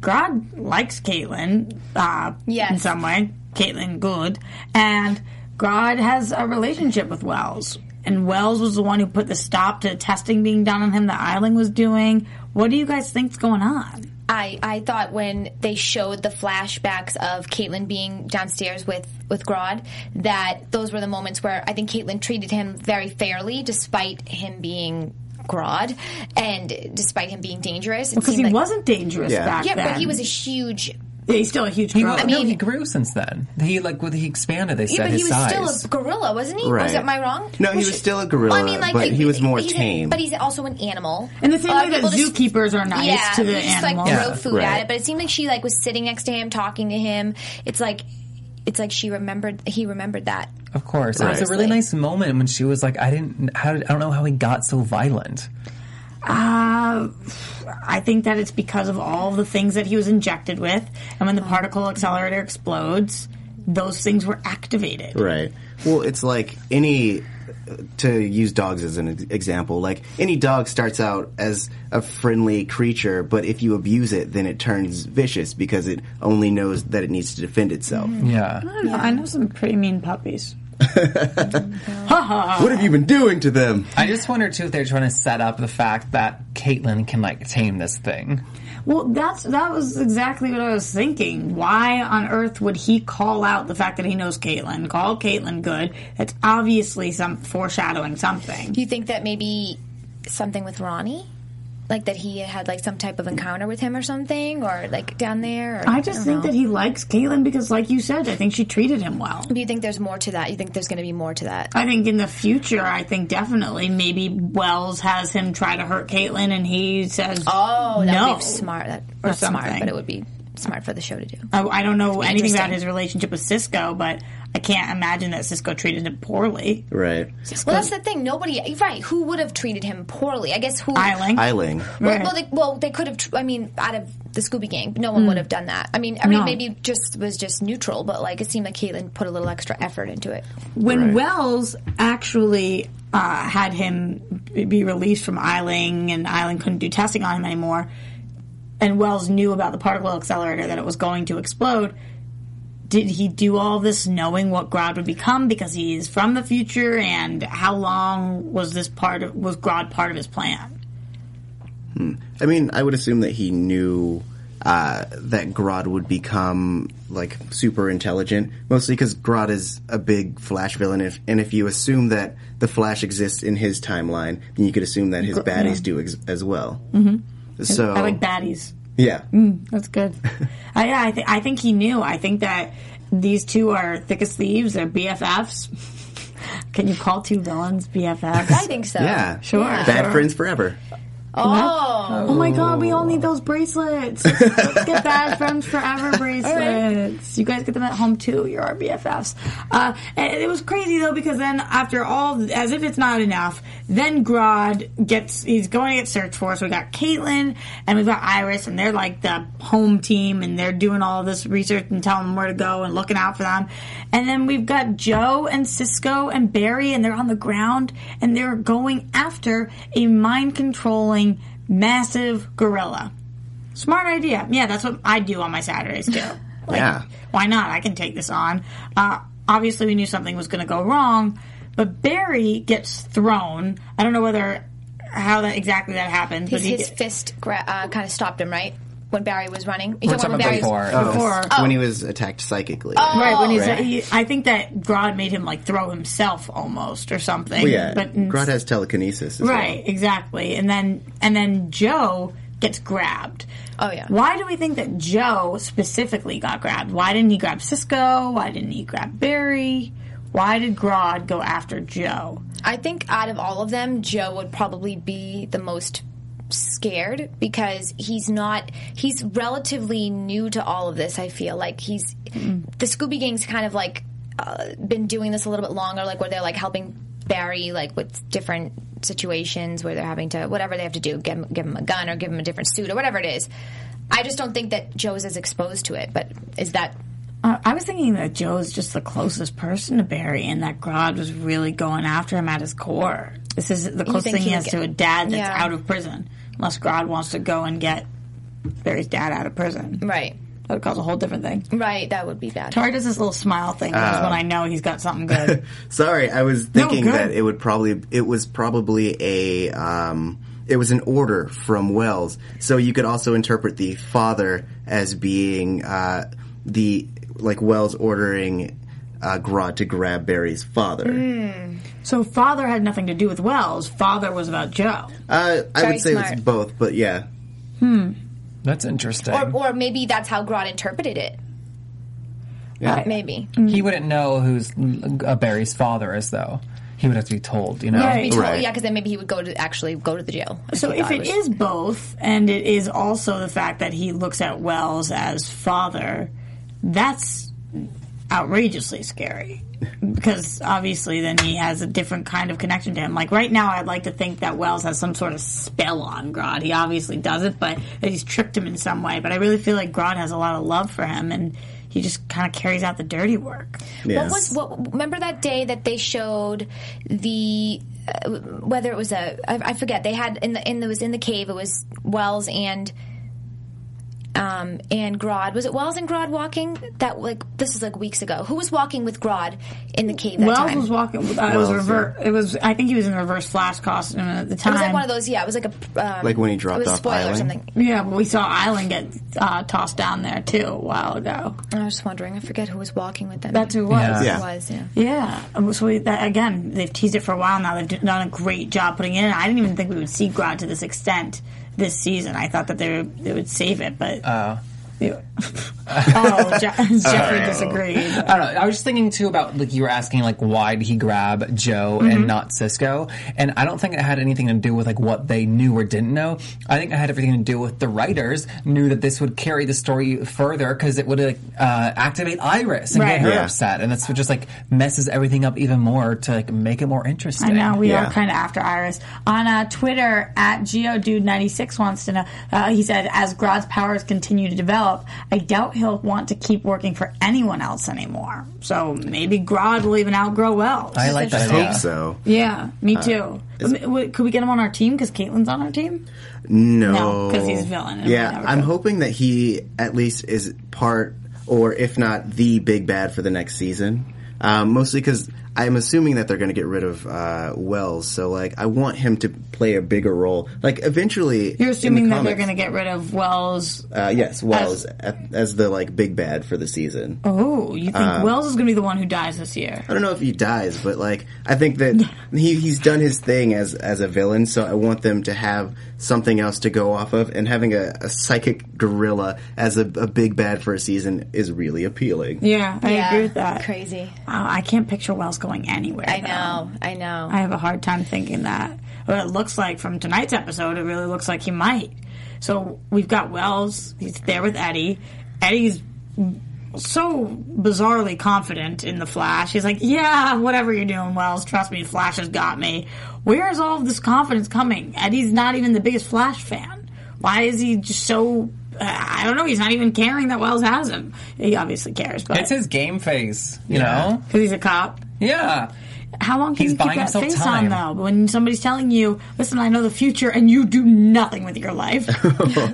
Speaker 2: Grodd likes Caitlin uh,
Speaker 4: Yes.
Speaker 2: in some way. Caitlin good. And Grodd has a relationship with Wells. And Wells was the one who put the stop to testing being done on him that Eiling was doing. What do you guys think's going on?
Speaker 4: I, I thought when they showed the flashbacks of Caitlyn being downstairs with, with Grodd, that those were the moments where I think Caitlyn treated him very fairly, despite him being Grodd and despite him being dangerous. It
Speaker 2: Because
Speaker 4: seemed
Speaker 2: he
Speaker 4: like-
Speaker 2: wasn't dangerous
Speaker 3: Yeah.
Speaker 2: back
Speaker 4: Yeah,
Speaker 2: then.
Speaker 4: but he was a huge
Speaker 2: Yeah, he's still a huge
Speaker 5: He,
Speaker 2: girl.
Speaker 5: I
Speaker 4: mean-
Speaker 5: no, he grew since then. He like with- he expanded. They said
Speaker 4: Yeah, but
Speaker 5: his
Speaker 4: he was
Speaker 5: size.
Speaker 4: still a gorilla, wasn't he? Or
Speaker 3: Right.
Speaker 4: Was that, am I wrong?
Speaker 3: No, he was still a gorilla, but he was more
Speaker 4: he's a-
Speaker 3: tame.
Speaker 4: but he's also an animal.
Speaker 2: in the same
Speaker 4: A lot
Speaker 2: way
Speaker 4: of
Speaker 2: that
Speaker 4: people just-
Speaker 2: zookeepers are nice
Speaker 4: yeah,
Speaker 2: to the
Speaker 4: people just
Speaker 2: animals.
Speaker 4: like
Speaker 5: Yeah.
Speaker 4: throw food
Speaker 3: Right.
Speaker 4: at it. But it seemed like she like was sitting next to him, talking to him. It's like, it's like she remembered. He remembered that.
Speaker 5: of course. It was a really
Speaker 4: Honestly.
Speaker 5: nice moment when she was like, "I didn't. How did, I don't know how he got so violent."
Speaker 2: Uh, I think that it's because of all the things that he was injected with, and when the particle accelerator explodes, those things were activated.
Speaker 3: Right. Well, it's like any to use dogs as an ex- example. Like any dog starts out as a friendly creature, but if you abuse it, then it turns vicious because it only knows that it needs to defend itself.
Speaker 5: Yeah.
Speaker 2: I don't know. I know some pretty mean puppies.
Speaker 3: What have you been doing to them?
Speaker 5: I just wonder too if they're trying to set up the fact that Caitlyn can like tame this thing.
Speaker 2: Well, that's that was exactly what I was thinking. Why on earth would he call out the fact that he knows Caitlyn? Call Caitlyn good. That's obviously some foreshadowing something.
Speaker 4: Do you think that maybe something with Ronnie? Like that he had like some type of encounter with him or something, or like down there. Or,
Speaker 2: I just
Speaker 4: don't
Speaker 2: think
Speaker 4: know.
Speaker 2: that he likes Caitlyn because, like you said, I think she treated him well.
Speaker 4: Do you think there's more to that? You think there's going to be more to that?
Speaker 2: I think in the future, I think definitely maybe Wells has him try to hurt Caitlyn, and he says,
Speaker 4: Oh, that
Speaker 2: no.
Speaker 4: would be smart. That,
Speaker 2: Or
Speaker 4: not smart,
Speaker 2: something.
Speaker 4: but it would be smart for the show to do.
Speaker 2: I, I don't know anything about
Speaker 4: interesting.
Speaker 2: his relationship with Cisco, but I can't imagine that Cisco treated him poorly.
Speaker 3: Right.
Speaker 4: Well, that's the thing. Nobody, right? Who would have treated him poorly? I guess who.
Speaker 2: Eiling.
Speaker 3: Eiling.
Speaker 4: Well, well, they, well, they could have. tr- I mean, out of the Scooby Gang, no one would have done that. I mean, I mean,
Speaker 2: Hmm. No.
Speaker 4: maybe just was just neutral, but like it seemed like Caitlin put a little extra effort into it.
Speaker 2: when Wells actually uh, had him be released from Eiling, and Eiling couldn't do testing on him anymore, and Wells knew about the particle accelerator that it was going to explode. Did he do all this knowing what Grodd would become because he's from the future? And how long was this part of was Grodd part of his plan?
Speaker 3: I mean, I would assume that he knew uh, that Grodd would become like super intelligent, mostly because Grodd is a big Flash villain, if, and if you assume that the Flash exists in his timeline, then you could assume that his baddies do ex- as well. Mm-hmm. So,
Speaker 2: I like Mm, baddies.
Speaker 3: yeah,
Speaker 2: That's good. I, yeah, I, th- I think he knew. I think that these two are thick as thieves. They're BFFs. Can you call two villains BFFs?
Speaker 4: I think so.
Speaker 3: yeah,
Speaker 2: Sure.
Speaker 3: bad friends forever.
Speaker 4: Oh.
Speaker 2: Oh my god, we all need those bracelets. Let's get bad friends forever bracelets. You guys get them at home too. You're our BFFs. Uh, and it was crazy though because then after all, as if it's not enough, then Grodd gets he's going to get searched for. So we got Caitlin and we've got Iris and they're like the home team and they're doing all this research and telling them where to go and looking out for them. And then we've got Joe and Cisco and Barry and they're on the ground and they're going after a mind controlling massive gorilla. Smart idea. Yeah, that's what I do on my Saturdays too. Like,
Speaker 3: Yeah.
Speaker 2: Why not? I can take this on. Uh, obviously, we knew something was going to go wrong, but Barry gets thrown. I don't know whether how that exactly that happened, but
Speaker 4: His,
Speaker 2: he
Speaker 4: his fist gra- uh, kind of stopped him, right? When Barry was running.
Speaker 5: We're
Speaker 4: You're talking
Speaker 5: talking
Speaker 4: when
Speaker 5: about
Speaker 4: Barry was-
Speaker 5: before.
Speaker 2: before.
Speaker 3: when he was attacked psychically.
Speaker 2: Oh, Right when he's,
Speaker 3: Oh, Right.
Speaker 2: he, I think that Grodd made him like throw himself almost or something.
Speaker 3: Well, yeah,
Speaker 2: but
Speaker 3: Grodd has telekinesis. As
Speaker 2: Right, exactly. And then and then Joe gets grabbed.
Speaker 4: Oh, yeah.
Speaker 2: Why do we think that Joe specifically got grabbed? Why didn't he grab Cisco? Why didn't he grab Barry? Why did Grodd go after Joe?
Speaker 4: I think out of all of them, Joe would probably be the most scared because he's not he's relatively new to all of this i feel like he's the scooby gang's kind of like uh, been doing this a little bit longer like where they're like helping barry like with different situations where they're having to whatever they have to do give him, give him a gun or give him a different suit or whatever it is i just don't think that joe's as exposed to it but is that
Speaker 2: Uh, I was thinking that Joe is just the closest person to Barry, and that Grodd was really going after him at his core. This is the closest
Speaker 4: think
Speaker 2: thing he
Speaker 4: he'd
Speaker 2: has
Speaker 4: get-
Speaker 2: to a dad that's
Speaker 4: Yeah.
Speaker 2: out of prison, unless Grodd wants to go and get Barry's dad out of prison.
Speaker 4: right
Speaker 2: That would cause a whole different thing.
Speaker 4: right that would be bad
Speaker 2: Tari does this little smile thing because when I know he's got something good.
Speaker 3: well. Sorry, I was thinking
Speaker 2: good.
Speaker 3: that it would probably it was probably a um, it was an order from Wells, so you could also interpret the father as being uh, the like Wells ordering uh, Grodd to grab Barry's father.
Speaker 4: Hmm.
Speaker 2: So father had nothing to do with Wells. Father was about Joe.
Speaker 3: Uh, I
Speaker 4: Very
Speaker 3: would say
Speaker 4: smart.
Speaker 3: it's both, but yeah,
Speaker 5: That's interesting.
Speaker 4: or, or maybe that's how Grodd interpreted it Uh,
Speaker 3: yeah.
Speaker 4: maybe
Speaker 2: Mm-hmm.
Speaker 5: he wouldn't know who's uh, Barry's father is, though. He would have to be told, you know.
Speaker 2: Right.
Speaker 4: Be told-
Speaker 3: Right.
Speaker 4: Yeah, because then maybe he would go to actually go to the jail.
Speaker 2: So
Speaker 4: he
Speaker 2: if
Speaker 4: thought
Speaker 2: it
Speaker 4: was-
Speaker 2: is both, and it is also the fact that he looks at Wells as father, that's outrageously scary. Because obviously, then he has a different kind of connection to him. Like right now, I'd like to think that Wells has some sort of spell on Grodd. He obviously doesn't, but that he's tricked him in some way. But I really feel like Grodd has a lot of love for him, and he just kind of carries out the dirty work.
Speaker 3: yeah.
Speaker 4: what was what? Remember that day that they showed the uh, whether it was a I, I forget they had in the in the, it was in the cave. It was Wells and um and Grodd. Was it Wells and Grodd walking? That like this is like weeks ago. Who was walking with Grodd in the cave that
Speaker 2: Wells
Speaker 4: time?
Speaker 2: was walking. Uh, it was
Speaker 3: Wells,
Speaker 2: reverse. It was. I think he was in reverse flash costume at the
Speaker 4: it
Speaker 2: time.
Speaker 4: was like one of those. Yeah, it was like a um,
Speaker 3: Like when he
Speaker 4: it
Speaker 3: dropped
Speaker 4: was a
Speaker 3: off
Speaker 4: spoiler or
Speaker 3: Island?
Speaker 4: something.
Speaker 2: Yeah, but we saw Island get uh, tossed down there too a while ago.
Speaker 4: I was just wondering. I forget who was walking with them.
Speaker 2: That's who it was.
Speaker 5: Yeah.
Speaker 3: Yeah.
Speaker 4: was yeah.
Speaker 2: Yeah. Um, So we, that, again, they've teased it for a while now. They've done a great job putting it in. I didn't even think we would see Grodd to this extent this season. I thought that they, would- they would save it, but. Yeah. oh, Je- Jeffrey disagreed.
Speaker 5: I don't know. I was just thinking too about like you were asking like why did he grab Joe
Speaker 2: Mm-hmm.
Speaker 5: and not Cisco, and I don't think it had anything to do with like what they knew or didn't know. I think it had everything to do with the writers knew that this would carry the story further because it would like uh, activate Iris and
Speaker 2: Right.
Speaker 5: get her
Speaker 2: Yeah.
Speaker 5: upset, and that's what just like messes everything up even more to like make it more interesting.
Speaker 2: I know we
Speaker 3: Yeah.
Speaker 2: are kind of after Iris on uh, Twitter at geodude96 wants to know. Uh, he said, as Grodd's powers continue to develop, I doubt he'll want to keep working for anyone else anymore. So maybe Grodd will even outgrow Wells.
Speaker 5: I like that.
Speaker 3: I
Speaker 5: Idea.
Speaker 3: hope so.
Speaker 2: yeah,
Speaker 3: Uh,
Speaker 2: me too. But ma- wait, could we get him on our team? Because Caitlin's on our team.
Speaker 3: No,
Speaker 2: No, 'cause he's a villain and
Speaker 3: Yeah,
Speaker 2: we never
Speaker 3: I'm
Speaker 2: go.
Speaker 3: hoping that he at least is part, or if not the big bad for the next season. Um, mostly because I'm assuming that they're going to get rid of uh, Wells, so like I want him to play a bigger role. Like eventually,
Speaker 2: You're assuming that they're going to get rid of Wells.
Speaker 3: uh, yes, Wells as, as the like big bad for the season.
Speaker 2: Oh, you think Wells is going to be the one who dies this year?
Speaker 3: uh, I don't know if he dies, but like I think that he, he's done his thing as as a villain. So I want them to have something else to go off of, and having a, a psychic gorilla as a, a big bad for a season is really appealing.
Speaker 2: Yeah, I
Speaker 4: Yeah,
Speaker 2: agree with that.
Speaker 4: Crazy.
Speaker 2: Wow, I can't picture Wells going anywhere.
Speaker 4: I
Speaker 2: though.
Speaker 4: know. I know.
Speaker 2: I have a hard time thinking that. what it looks like from tonight's episode, it really looks like he might. So we've got Wells. He's there with Eddie. Eddie's so bizarrely confident in the Flash. He's like, "Yeah, whatever you're doing, Wells. Trust me, Flash has got me." Where is all of this confidence coming? Eddie's not even the biggest Flash fan. Why is he just so? Uh, I don't know. He's not even caring that Wells has him. He obviously cares, but
Speaker 5: It's his game face, you know?
Speaker 2: because he's a cop.
Speaker 5: Yeah.
Speaker 2: How long can
Speaker 5: He's
Speaker 2: you keep
Speaker 5: buying
Speaker 2: that
Speaker 5: himself
Speaker 2: face
Speaker 5: time.
Speaker 2: on though? When somebody's telling you, "Listen, I know the future," and you do nothing with your life,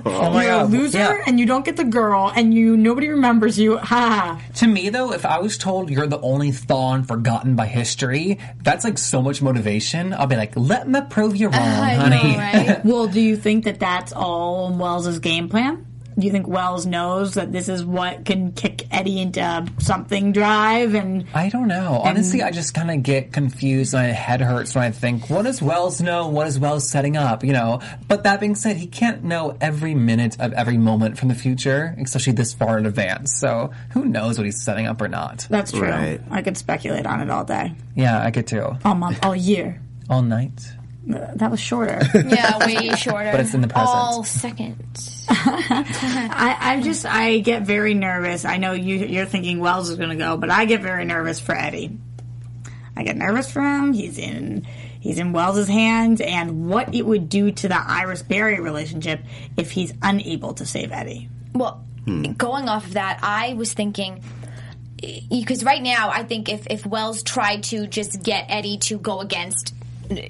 Speaker 5: Oh my
Speaker 2: you're a
Speaker 5: God.
Speaker 2: loser,
Speaker 5: Yeah.
Speaker 2: and you don't get the girl, and you nobody remembers you. Ha! ha.
Speaker 5: To me, though, if I was told you're the only Thawne forgotten by history, that's like so much motivation. I'll be like, let me prove you wrong,
Speaker 4: I
Speaker 5: honey.
Speaker 4: know, right?
Speaker 2: Well, do you think that that's all Wells's game plan? Do you think Wells knows that this is what can kick Eddie into something drive? And
Speaker 5: I don't know. Honestly, I just kind of get confused and my head hurts when I think, what does Wells know? What is Wells setting up? You know, but that being said, he can't know every minute of every moment from the future, especially this far in advance. So who knows what he's setting up or not?
Speaker 2: that's true.
Speaker 3: Right.
Speaker 2: I could speculate on it all day,
Speaker 5: Yeah, I could too.
Speaker 2: all month, all year.
Speaker 5: All night.
Speaker 2: That was shorter.
Speaker 4: Yeah, way shorter. But
Speaker 5: it's in the present.
Speaker 4: All seconds.
Speaker 2: I, I just I get very nervous. I know you you're thinking Wells is going to go, but I get very nervous for Eddie. I get nervous for him. He's in he's in Wells's hands, and what it would do to the Iris Barry relationship if he's unable to save Eddie.
Speaker 4: Well, going off of that, I was thinking because right now I think if if Wells tried to just get Eddie to go against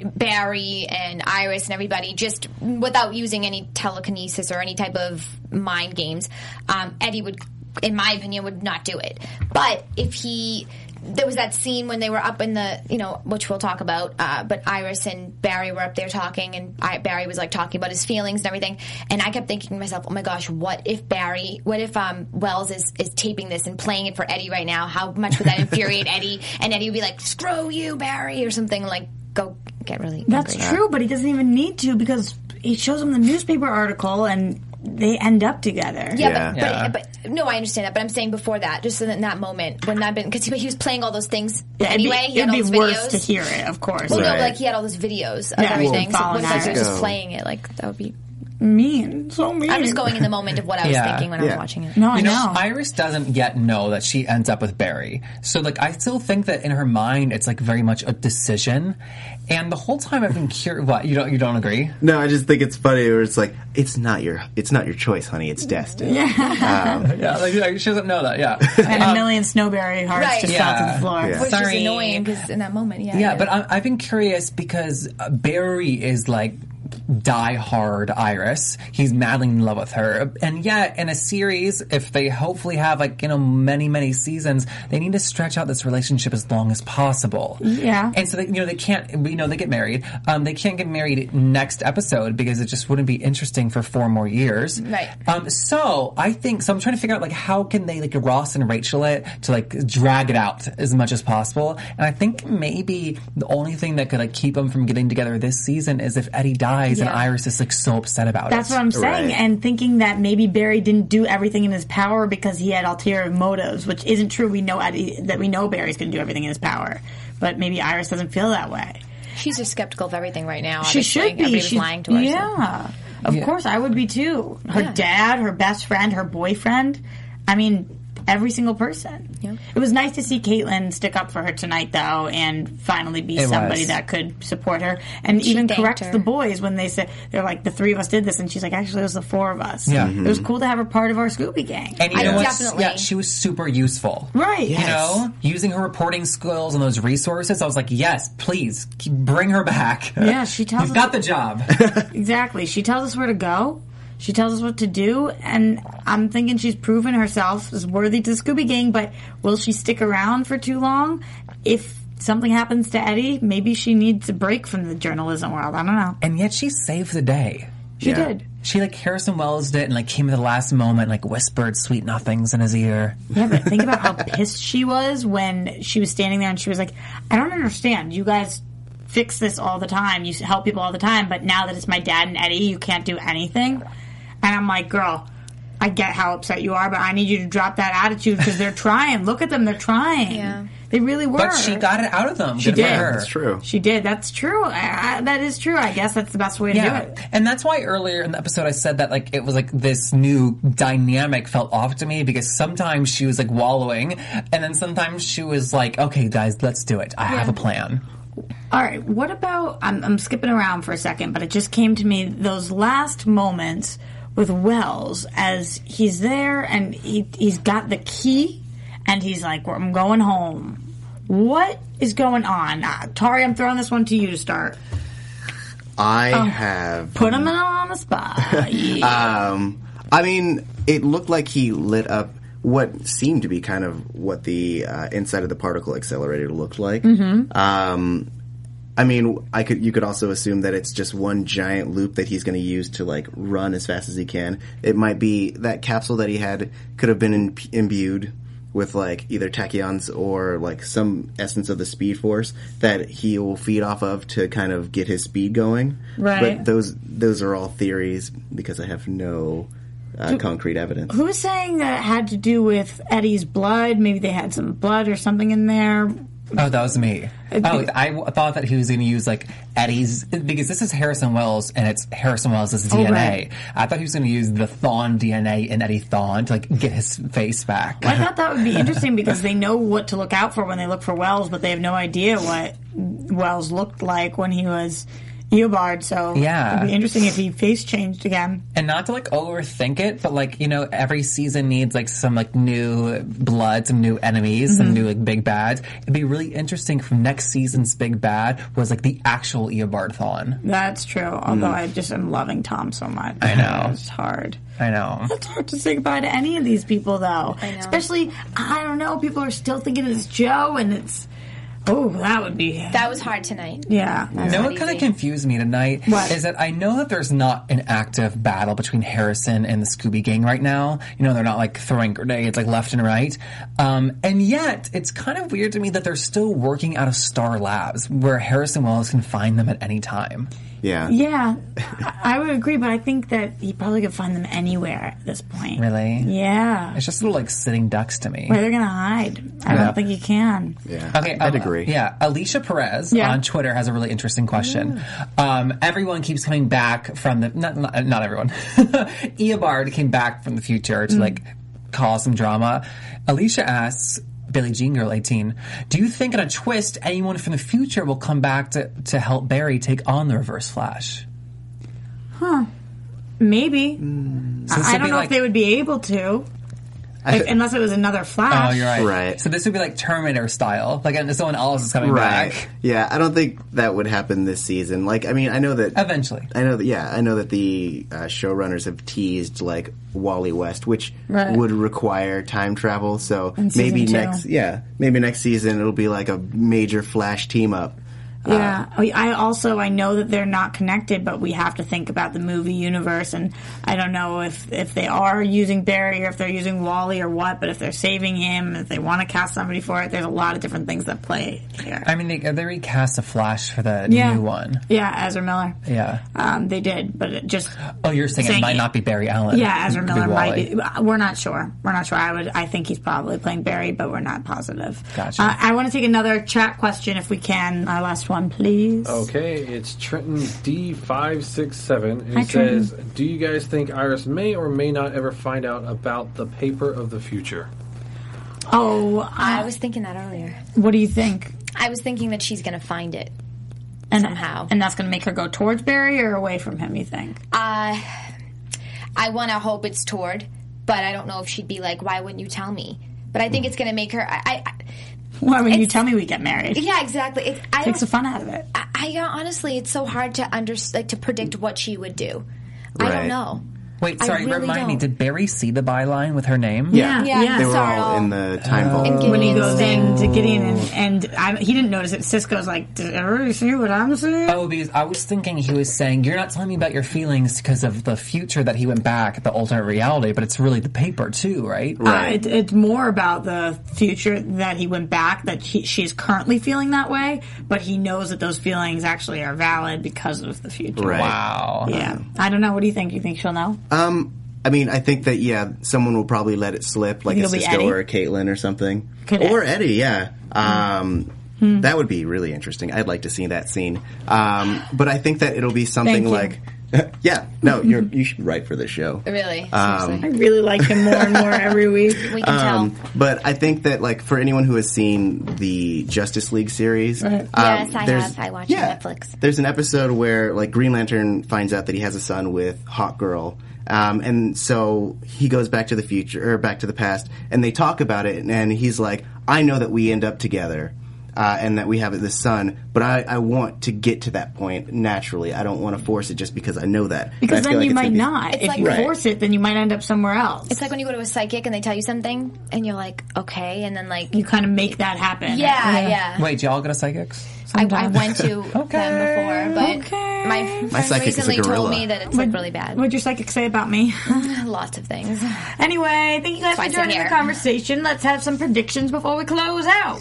Speaker 4: Barry and Iris and everybody just without using any telekinesis or any type of mind games, um, Eddie would, in my opinion, would not do it. But if he there was that scene when they were up in the you know which we'll talk about uh, but iris and barry were up there talking and I, barry was like talking about his feelings and everything and i kept thinking to myself oh my gosh what if barry what if um, wells is, is taping this and playing it for eddie right now how much would that infuriate eddie and eddie would be like screw you barry or something like go get really
Speaker 2: That's
Speaker 4: angry.
Speaker 2: true, but he doesn't even need to because he shows him the newspaper article, and they end up together.
Speaker 4: Yeah, But,
Speaker 5: Yeah.
Speaker 4: But, but no, I understand that. But I'm saying before that, just in that moment when I've been because he, he was playing all those things
Speaker 2: it'd be,
Speaker 4: anyway. he had
Speaker 2: it'd
Speaker 4: all
Speaker 2: be
Speaker 4: those
Speaker 2: worse
Speaker 4: videos.
Speaker 2: to hear it, of course.
Speaker 4: Well,
Speaker 3: Right.
Speaker 4: no, like he had all those videos of
Speaker 2: Yeah,
Speaker 4: everything. So
Speaker 2: well,
Speaker 4: what if I was
Speaker 2: following
Speaker 4: just
Speaker 3: Go.
Speaker 4: playing it? Like that would be.
Speaker 2: mean, so mean.
Speaker 4: I'm just going in the moment of what I was
Speaker 5: Yeah.
Speaker 4: thinking when I
Speaker 3: Yeah.
Speaker 4: was watching it.
Speaker 2: Oh, No, I
Speaker 5: You know,
Speaker 2: know.
Speaker 5: Iris doesn't yet know that she ends up with Barry. So, like, I still think that in her mind, it's like very much a decision. And the whole time I've been curious. What you don't you don't agree?
Speaker 3: No, I just think it's funny where it's like it's not your it's not your choice, honey. It's Um, destined.
Speaker 5: Yeah, like, like, she doesn't know that. Yeah,
Speaker 2: and a million snowberry hearts
Speaker 4: Right.
Speaker 2: just fell to
Speaker 5: Yeah.
Speaker 2: the floor.
Speaker 3: Yeah.
Speaker 4: Which
Speaker 5: Sorry.
Speaker 4: is annoying because in that moment, yeah.
Speaker 5: yeah. But I, I've been curious because uh, Barry is like die-hard Iris. He's madly in love with her, and yet in a series, if they hopefully have like you know many many seasons, they need to stretch out this relationship as long as possible.
Speaker 2: Yeah.
Speaker 5: and so they, you know they can't. You know they get married. Um, they can't get married next episode because it just wouldn't be interesting for four more years.
Speaker 4: Right.
Speaker 5: Um, so I think so. I'm trying to figure out like how can they like Ross and Rachel it to like drag it out as much as possible. And I think maybe the only thing that could like keep them from getting together this season is if Eddie dies and
Speaker 4: Yeah.
Speaker 5: Iris is like so upset about
Speaker 2: That's
Speaker 5: it.
Speaker 2: what I'm saying,
Speaker 3: Right.
Speaker 2: and thinking that maybe Barry didn't do everything in his power because he had ulterior motives, which isn't true. We know Eddie, that we know Barry's going to do everything in his power, but maybe Iris doesn't feel that way.
Speaker 4: she's just skeptical of everything right now.
Speaker 2: She
Speaker 4: obviously.
Speaker 2: should be.
Speaker 4: Everybody was
Speaker 2: She's-
Speaker 4: lying to her. so-
Speaker 2: Yeah, of course I would be too. Her dad, her best friend, her boyfriend. I mean, every single person. It was nice to see Caitlyn stick up for her tonight, though, and finally be somebody
Speaker 5: was.
Speaker 2: that could support her and even
Speaker 4: thanked
Speaker 2: correct
Speaker 4: her.
Speaker 2: the boys when they said they're like the three of us did this, and she's like, actually, it was the four of us.
Speaker 5: Yeah. Mhm.
Speaker 2: it was cool to have her part of our Scooby gang.
Speaker 5: And you
Speaker 4: I
Speaker 5: know what?
Speaker 4: definitely-
Speaker 5: Yeah, she was super useful.
Speaker 2: Right.
Speaker 5: You know, using her reporting skills and those resources, I was like, yes, please keep, bring her back.
Speaker 2: Yeah, she tells
Speaker 5: You've
Speaker 2: us-
Speaker 5: got the job.
Speaker 2: Exactly. She tells us where to go. She tells us what to do, and I'm thinking she's proven herself as worthy to the Scooby Gang. But will she stick around for too long? If something happens to Eddie, maybe she needs a break from the journalism world. I don't know.
Speaker 5: and yet she saved the day.
Speaker 2: She
Speaker 3: Yeah.
Speaker 2: did.
Speaker 5: She like Harrison Wells did and like came at the last moment, like whispered sweet nothings in his ear.
Speaker 2: Yeah, but think about how pissed she was when she was standing there and she was like, "I don't understand. You guys fix this all the time. You help people all the time, but now that it's my dad and Eddie, you can't do anything." And I'm like, "Girl, I get how upset you are, but I need you to drop that attitude because they're trying. Look at them, they're trying.
Speaker 4: Yeah.
Speaker 2: They really were.
Speaker 5: But she got it out of them.
Speaker 2: She
Speaker 5: Good for
Speaker 2: did.
Speaker 5: her.
Speaker 3: That's true.
Speaker 2: She did. That's true. I, I, that is true. I guess that's the best way to do
Speaker 5: Yeah,
Speaker 2: it.
Speaker 5: and that's why earlier in the episode I said that like it was like this new dynamic felt off to me because sometimes she was like wallowing, and then sometimes she was like, "Okay, guys, let's do it. I have a plan."
Speaker 2: All right. What about? I'm, I'm skipping around for a second, but it just came to me those last moments with Wells as he's there and he he's got the key and he's like, "I'm going home." What is going on, uh, Tari? I'm throwing this one to you to start.
Speaker 3: I have
Speaker 2: Oh. Put him in on the spot.
Speaker 3: Um, I mean, it looked like he lit up what seemed to be kind of what the uh, inside of the particle accelerator looked like.
Speaker 2: Mm-hmm.
Speaker 3: Um, I mean, I could you could also assume that it's just one giant loop that he's going to use to like run as fast as he can. It might be that capsule that he had could have been im- imbued with like either tachyons or like some essence of the speed force that he will feed off of to kind of get his speed going.
Speaker 2: Right.
Speaker 3: But those those are all theories because I have no uh, concrete evidence.
Speaker 2: Who's saying that it had to do with Eddie's blood? Maybe they had some blood or something in there.
Speaker 5: Oh, that was me. Oh, I w- thought that he was going to use like Eddie's because this is Harrison Wells and it's Harrison Wells' DNA.
Speaker 2: right.
Speaker 5: I thought he was going to use the Thawne DNA in Eddie Thawne to like get his face back.
Speaker 2: I thought that would be interesting because they know what to look out for when they look for Wells, but they have no idea what Wells looked like when he was Eobard. So
Speaker 5: Yeah.
Speaker 2: it'd be interesting if he face changed again.
Speaker 5: and not to like overthink it, but like you know, every season needs like some like new blood, some new enemies, some new like big bads. It'd be really interesting from next season's big bad was like the actual Eobard Thawne.
Speaker 2: That's true. Although I just am loving Tom so much. I
Speaker 5: know.
Speaker 2: it's hard.
Speaker 5: I know.
Speaker 2: It's hard to say goodbye to any of these people, though. Especially, I don't know. People are still thinking it's Joe, and it's oh, that would be
Speaker 4: That was hard tonight.
Speaker 2: yeah.
Speaker 5: You know what kind of confused me tonight
Speaker 2: What?
Speaker 5: is that I know that there's not an active battle between Harrison and the Scooby Gang right now. You know, they're not like throwing grenades like left and right. Um, and yet, it's kind of weird to me that they're still working out of Star Labs, where Harrison Wells can find them at any time.
Speaker 3: Yeah.
Speaker 2: Yeah, I I would agree, but I think that he probably could find them anywhere at this point.
Speaker 5: Really?
Speaker 2: Yeah.
Speaker 5: It's just little like sitting ducks to me.
Speaker 2: Where they're gonna hide? I
Speaker 5: Yeah.
Speaker 2: don't think you can.
Speaker 5: Okay, I'd
Speaker 3: agree.
Speaker 5: Yeah, Alicia Perez
Speaker 2: Yeah.
Speaker 5: on Twitter has a really interesting question. Um, everyone keeps coming back from the not not, not everyone. Eobard came back from the future
Speaker 2: Mm.
Speaker 5: to like cause some drama. Alicia asks. Billie Jean Girl 18. Do you think in a twist anyone from the future will come back to, to help Barry take on the reverse flash?
Speaker 2: Maybe. I-
Speaker 5: this
Speaker 2: I
Speaker 5: would
Speaker 2: don't
Speaker 5: Mm. be
Speaker 2: know
Speaker 5: like-
Speaker 2: if they would be able to, if, unless it was another
Speaker 5: Oh,
Speaker 2: Flash.
Speaker 5: you're right.
Speaker 3: Right.
Speaker 5: So this would be like Terminator style. Like and someone else is coming back.
Speaker 3: Yeah, I don't think that would happen this season. Like, I mean, I know that
Speaker 5: Eventually.
Speaker 3: I know that. Yeah, I know that the uh, showrunners have teased like Wally West, which
Speaker 2: Right.
Speaker 3: would require time travel. So
Speaker 2: season
Speaker 3: maybe
Speaker 2: two.
Speaker 3: next, yeah, maybe next season it'll be like a major Flash team up.
Speaker 2: Yeah. I- I also I know that they're not connected, but we have to think about the movie universe, and I don't know if if they are using Barry or if they're using Wally or what. But if they're saving him, if they want to cast somebody for it, there's a lot of different things that play here.
Speaker 5: I mean, they, they recast the Flash for the
Speaker 2: yeah.
Speaker 5: new one.
Speaker 2: Yeah, Ezra Miller.
Speaker 5: Yeah.
Speaker 2: Um, they did, but it just
Speaker 5: Oh, you're saying, it
Speaker 2: Saying
Speaker 5: might
Speaker 2: it-
Speaker 5: not be Barry Allen.
Speaker 2: yeah, Ezra
Speaker 5: It could
Speaker 2: Miller might
Speaker 5: Wally.
Speaker 2: be. We're not sure. We're not sure. I would. I think he's probably playing Barry, but we're not positive.
Speaker 5: Gotcha.
Speaker 2: Uh, I want to take another chat question if we can. Our last one, please.
Speaker 4: Oh.
Speaker 6: Okay, it's Trenton D567. And
Speaker 2: Hi,
Speaker 6: it says, Do you guys think Iris may or may not ever find out about the paper of the future?
Speaker 2: Oh, I,
Speaker 4: I was thinking that earlier.
Speaker 2: what do you think?
Speaker 4: I was thinking that she's going to find it.
Speaker 2: And,
Speaker 4: Somehow.
Speaker 2: and that's going to make her go towards Barry or away from him. You think?
Speaker 4: Uh, I want to hope it's toward, but I don't know if she'd be like, why wouldn't you tell me? But I think it's going to make her. I, I
Speaker 2: Why would you tell me we get married?
Speaker 4: yeah, exactly. It, I
Speaker 2: Takes the
Speaker 4: don't-
Speaker 2: fun out of it.
Speaker 4: I, I honestly, it's so hard to under like to predict what she would do. I
Speaker 3: Right.
Speaker 4: don't know.
Speaker 5: Wait,
Speaker 4: I
Speaker 5: sorry,
Speaker 4: really
Speaker 5: remind me,
Speaker 4: don't.
Speaker 5: did Barry see the byline with her name?
Speaker 2: Yeah. Yeah.
Speaker 3: They were all
Speaker 4: Sorrow.
Speaker 3: in the
Speaker 2: Uh,
Speaker 3: time vault.
Speaker 4: And
Speaker 2: When he
Speaker 4: Gideon's
Speaker 2: goes
Speaker 4: thing.
Speaker 2: in to Gideon, and, and I, he didn't notice it. Cisco's like, "Did everybody see what I'm seeing?"
Speaker 5: Oh, because I was thinking he was saying, You're not telling me about your feelings because of the future that he went back, the alternate reality, but it's really the paper, too, right?
Speaker 2: Uh, it, it's more about the future that he went back, that he, she's currently feeling that way, but he knows that those feelings actually are valid because of the future.
Speaker 3: Right.
Speaker 5: Wow.
Speaker 2: Yeah. I don't know. What do you think? You think she'll know?
Speaker 3: Um, I mean, I think that yeah, someone will probably let it slip, like
Speaker 2: think
Speaker 3: a
Speaker 2: it'll be
Speaker 3: Cisco
Speaker 2: Eddie?
Speaker 3: or a Caitlyn or something,
Speaker 2: Could Hmm. it-
Speaker 3: or Eddie. Yeah, um, that would be really interesting. I'd like to see that scene, um, but I think that it'll be something
Speaker 2: you.
Speaker 3: like, yeah, no, you're you should write for this show.
Speaker 4: Really?
Speaker 2: I
Speaker 4: seriously.
Speaker 2: really like him more and more every week.
Speaker 4: we can
Speaker 3: Um,
Speaker 4: tell.
Speaker 3: but I think that like for anyone who has seen the Justice League series, um,
Speaker 4: Yes, I
Speaker 3: there's-
Speaker 4: have. I watch
Speaker 3: yeah,
Speaker 4: Netflix.
Speaker 3: There's an episode where like Green Lantern finds out that he has a son with Hawk Girl. Um, and so he goes back to the future or back to the past, and they talk about it. And he's like, "I know that we end up together, uh, and that we have this son, but I, I want to get to that point naturally. I don't want to force it just because I know that. And I
Speaker 2: Because
Speaker 3: feel
Speaker 2: then
Speaker 3: like
Speaker 2: you
Speaker 3: it's
Speaker 2: might
Speaker 3: gonna be-
Speaker 2: not. If
Speaker 4: like-
Speaker 2: you
Speaker 4: Right.
Speaker 2: force it, then you might end up somewhere else.
Speaker 4: It's like when you go to a psychic and they tell you something and you're like, okay, and then like,
Speaker 2: you kind of make that happen.
Speaker 4: yeah, yeah.
Speaker 5: Wait, do y'all go to psychics?
Speaker 4: I, I went to them before, but
Speaker 2: Okay.
Speaker 4: my friend
Speaker 3: psychic is a
Speaker 4: recently told
Speaker 3: gorilla.
Speaker 4: me that it's like really bad.
Speaker 2: What'd your psychic say about me?
Speaker 4: Lots of things.
Speaker 2: anyway, thank you guys
Speaker 4: Twice
Speaker 2: for
Speaker 4: a
Speaker 2: joining the
Speaker 4: year.
Speaker 2: conversation. Let's have some predictions before we close out.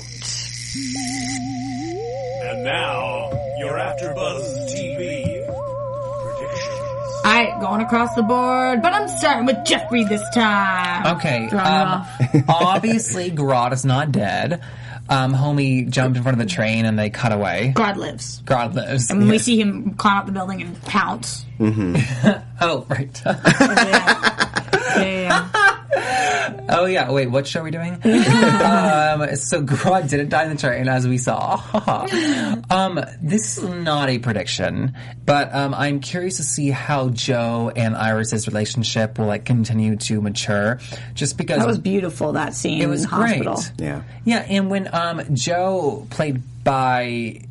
Speaker 1: And now, your AfterBuzz TV predictions.
Speaker 2: I going across the board, but I'm starting with Jeffrey this time.
Speaker 5: Okay.
Speaker 2: Throw it
Speaker 5: Um,
Speaker 2: off.
Speaker 5: obviously, Garrod is not dead. Um, homie jumped in front of the train and they cut away.
Speaker 2: God lives.
Speaker 5: Garrod lives.
Speaker 2: And we see him climb up the building and pounce.
Speaker 5: Oh, right.
Speaker 2: yeah. Yeah, yeah, yeah.
Speaker 5: oh, yeah. Wait, what show are we doing? um, so Garrod didn't die in the train, as we saw. um, this is not a prediction, but um, I'm curious to see how Joe and Iris's relationship will like continue to mature. Just because
Speaker 2: That was beautiful. That scene.
Speaker 5: It was
Speaker 2: in the hospital.
Speaker 5: great.
Speaker 3: Yeah.
Speaker 5: Yeah, and when um, Joe played by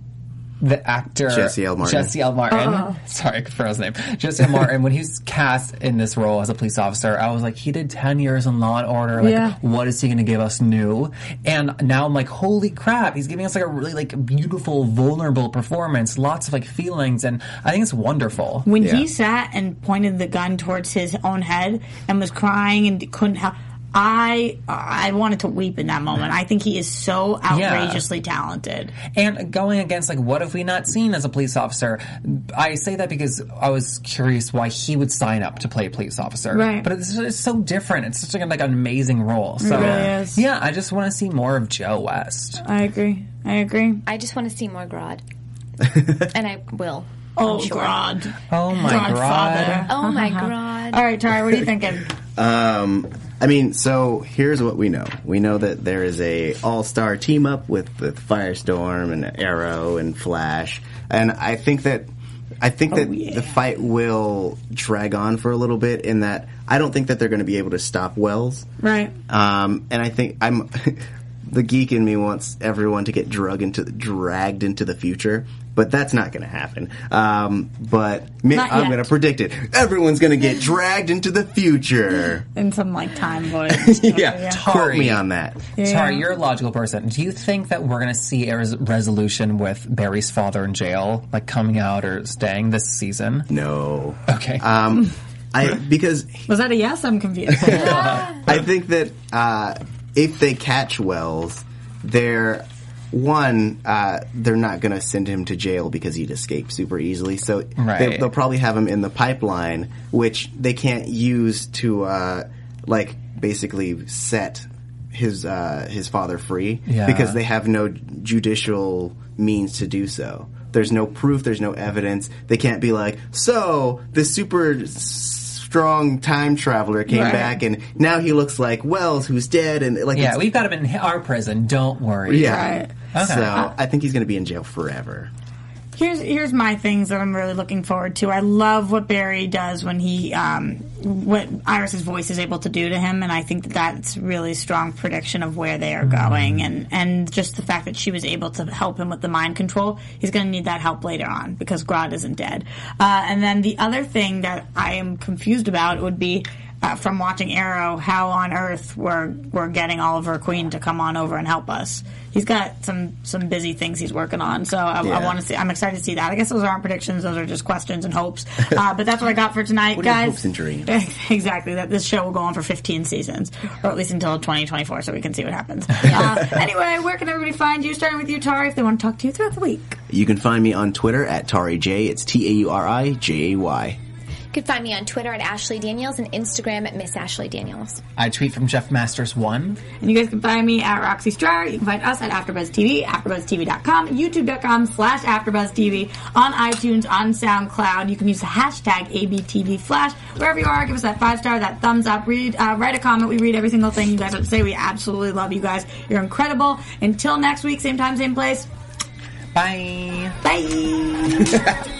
Speaker 5: the actor
Speaker 3: Jesse L. Martin.
Speaker 5: Jesse L. Martin. Sorry, I forgot his name. Jesse L. Martin. When he was cast in this role as a police officer, I was like, he did ten years on Law and Order. Like,
Speaker 2: Yeah.
Speaker 5: what is he going to give us new? And now I'm like, holy crap, he's giving us like a really like beautiful, vulnerable performance. Lots of like feelings, and I think it's wonderful.
Speaker 2: When he sat and pointed the gun towards his own head and was crying and couldn't help, I I wanted to weep in that moment. I think he is so outrageously talented.
Speaker 5: and going against like what have we not seen as a police officer i say that because i was curious why he would sign up to play a police officer
Speaker 2: Right.
Speaker 5: but it's, it's so different it's such like, an- like an amazing role so
Speaker 2: really is.
Speaker 5: yeah i just want to see more of joe west
Speaker 2: I agree. I agree.
Speaker 4: I just want to see more Grodd. and I will.
Speaker 2: Oh
Speaker 4: sure.
Speaker 2: God!
Speaker 5: oh my god
Speaker 4: Oh my God.
Speaker 2: All right, Tari, what are you thinking?
Speaker 3: Um, I mean, so here's what we know. We know that there is a all-star team up with, with Firestorm and Arrow and Flash, and I think that I
Speaker 2: Oh,
Speaker 3: think that the fight will drag on for a little bit. In that, I don't think that they're going to be able to stop Wells.
Speaker 2: Right.
Speaker 3: Um, and I think I'm the geek in me wants everyone to get drug into dragged into the future, but that's not going to happen. Um, but mi-
Speaker 2: Not
Speaker 3: I'm
Speaker 2: yet.
Speaker 3: going to predict it. Everyone's going to get dragged into the future.
Speaker 2: In some like time voice.
Speaker 3: yeah, quote
Speaker 5: Tari.
Speaker 3: me on that.
Speaker 5: Tara, you're a logical person. Do you think that we're going to see a res- resolution with Barry's father in jail, like coming out or staying this season?
Speaker 3: No,
Speaker 5: Okay.
Speaker 3: um, I because
Speaker 2: Was that a yes? I'm confused.
Speaker 3: I think that uh, if they catch Wells, they're one, uh, they're not going to send him to jail because he'd escape super easily. So they,
Speaker 5: Right.
Speaker 3: they'll probably have him in the pipeline, which they can't use to uh, like basically set his uh, his father free
Speaker 5: Yeah.
Speaker 3: because they have no judicial means to do so. There's no proof. There's no evidence. They can't be like, so the super s- strong time traveler came back, and now he looks like Wells, who's dead, and like
Speaker 5: yeah,
Speaker 3: it's-
Speaker 5: we've got him in our prison. Don't worry.
Speaker 3: yeah.
Speaker 5: Okay.
Speaker 3: So I think he's going to be in jail forever.
Speaker 2: Here's here's my things that I'm really looking forward to. I love what Barry does when he um, what Iris's voice is able to do to him, and I think that that's really strong prediction of where they are going, and and just the fact that she was able to help him with the mind control. He's going to need that help later on because Grodd isn't dead. Uh, and then the other thing that I am confused about would be. Uh, from watching Arrow, how on earth we're we're getting Oliver Queen to come on over and help us? He's got some some busy things he's working on, so I, I
Speaker 3: Yeah.
Speaker 2: want to see. I'm excited to see that. I guess those aren't predictions; those are just questions and hopes. Uh, but that's what I got for tonight,
Speaker 3: What are your
Speaker 2: guys.
Speaker 3: hopes and dreams?
Speaker 2: exactly. That this show will go on for 15 seasons, or at least until 2024, so we can see what happens. Uh, anyway, where can everybody find you? Starting with you, Tari, if they want to talk to you throughout the week.
Speaker 3: You can find me on Twitter at Tari J. It's T A U R I J A Y.
Speaker 4: You can find me on Twitter at Ashley Daniels and Instagram at Miss Ashley Daniels.
Speaker 5: I tweet from Jeff Masters one.
Speaker 2: And you guys can find me at Roxy Stryer. You can find us at AfterBuzz TV, AfterBuzzTV.com, YouTube.com slash AfterBuzzTV, on iTunes, on SoundCloud. You can use the hashtag ABTVFlash. Wherever you are, give us that five star, that thumbs up, read, uh, write a comment. We read every single thing you guys have to say. We absolutely love you guys. You're incredible. Until next week, same time, same place.
Speaker 5: Bye.
Speaker 2: Bye.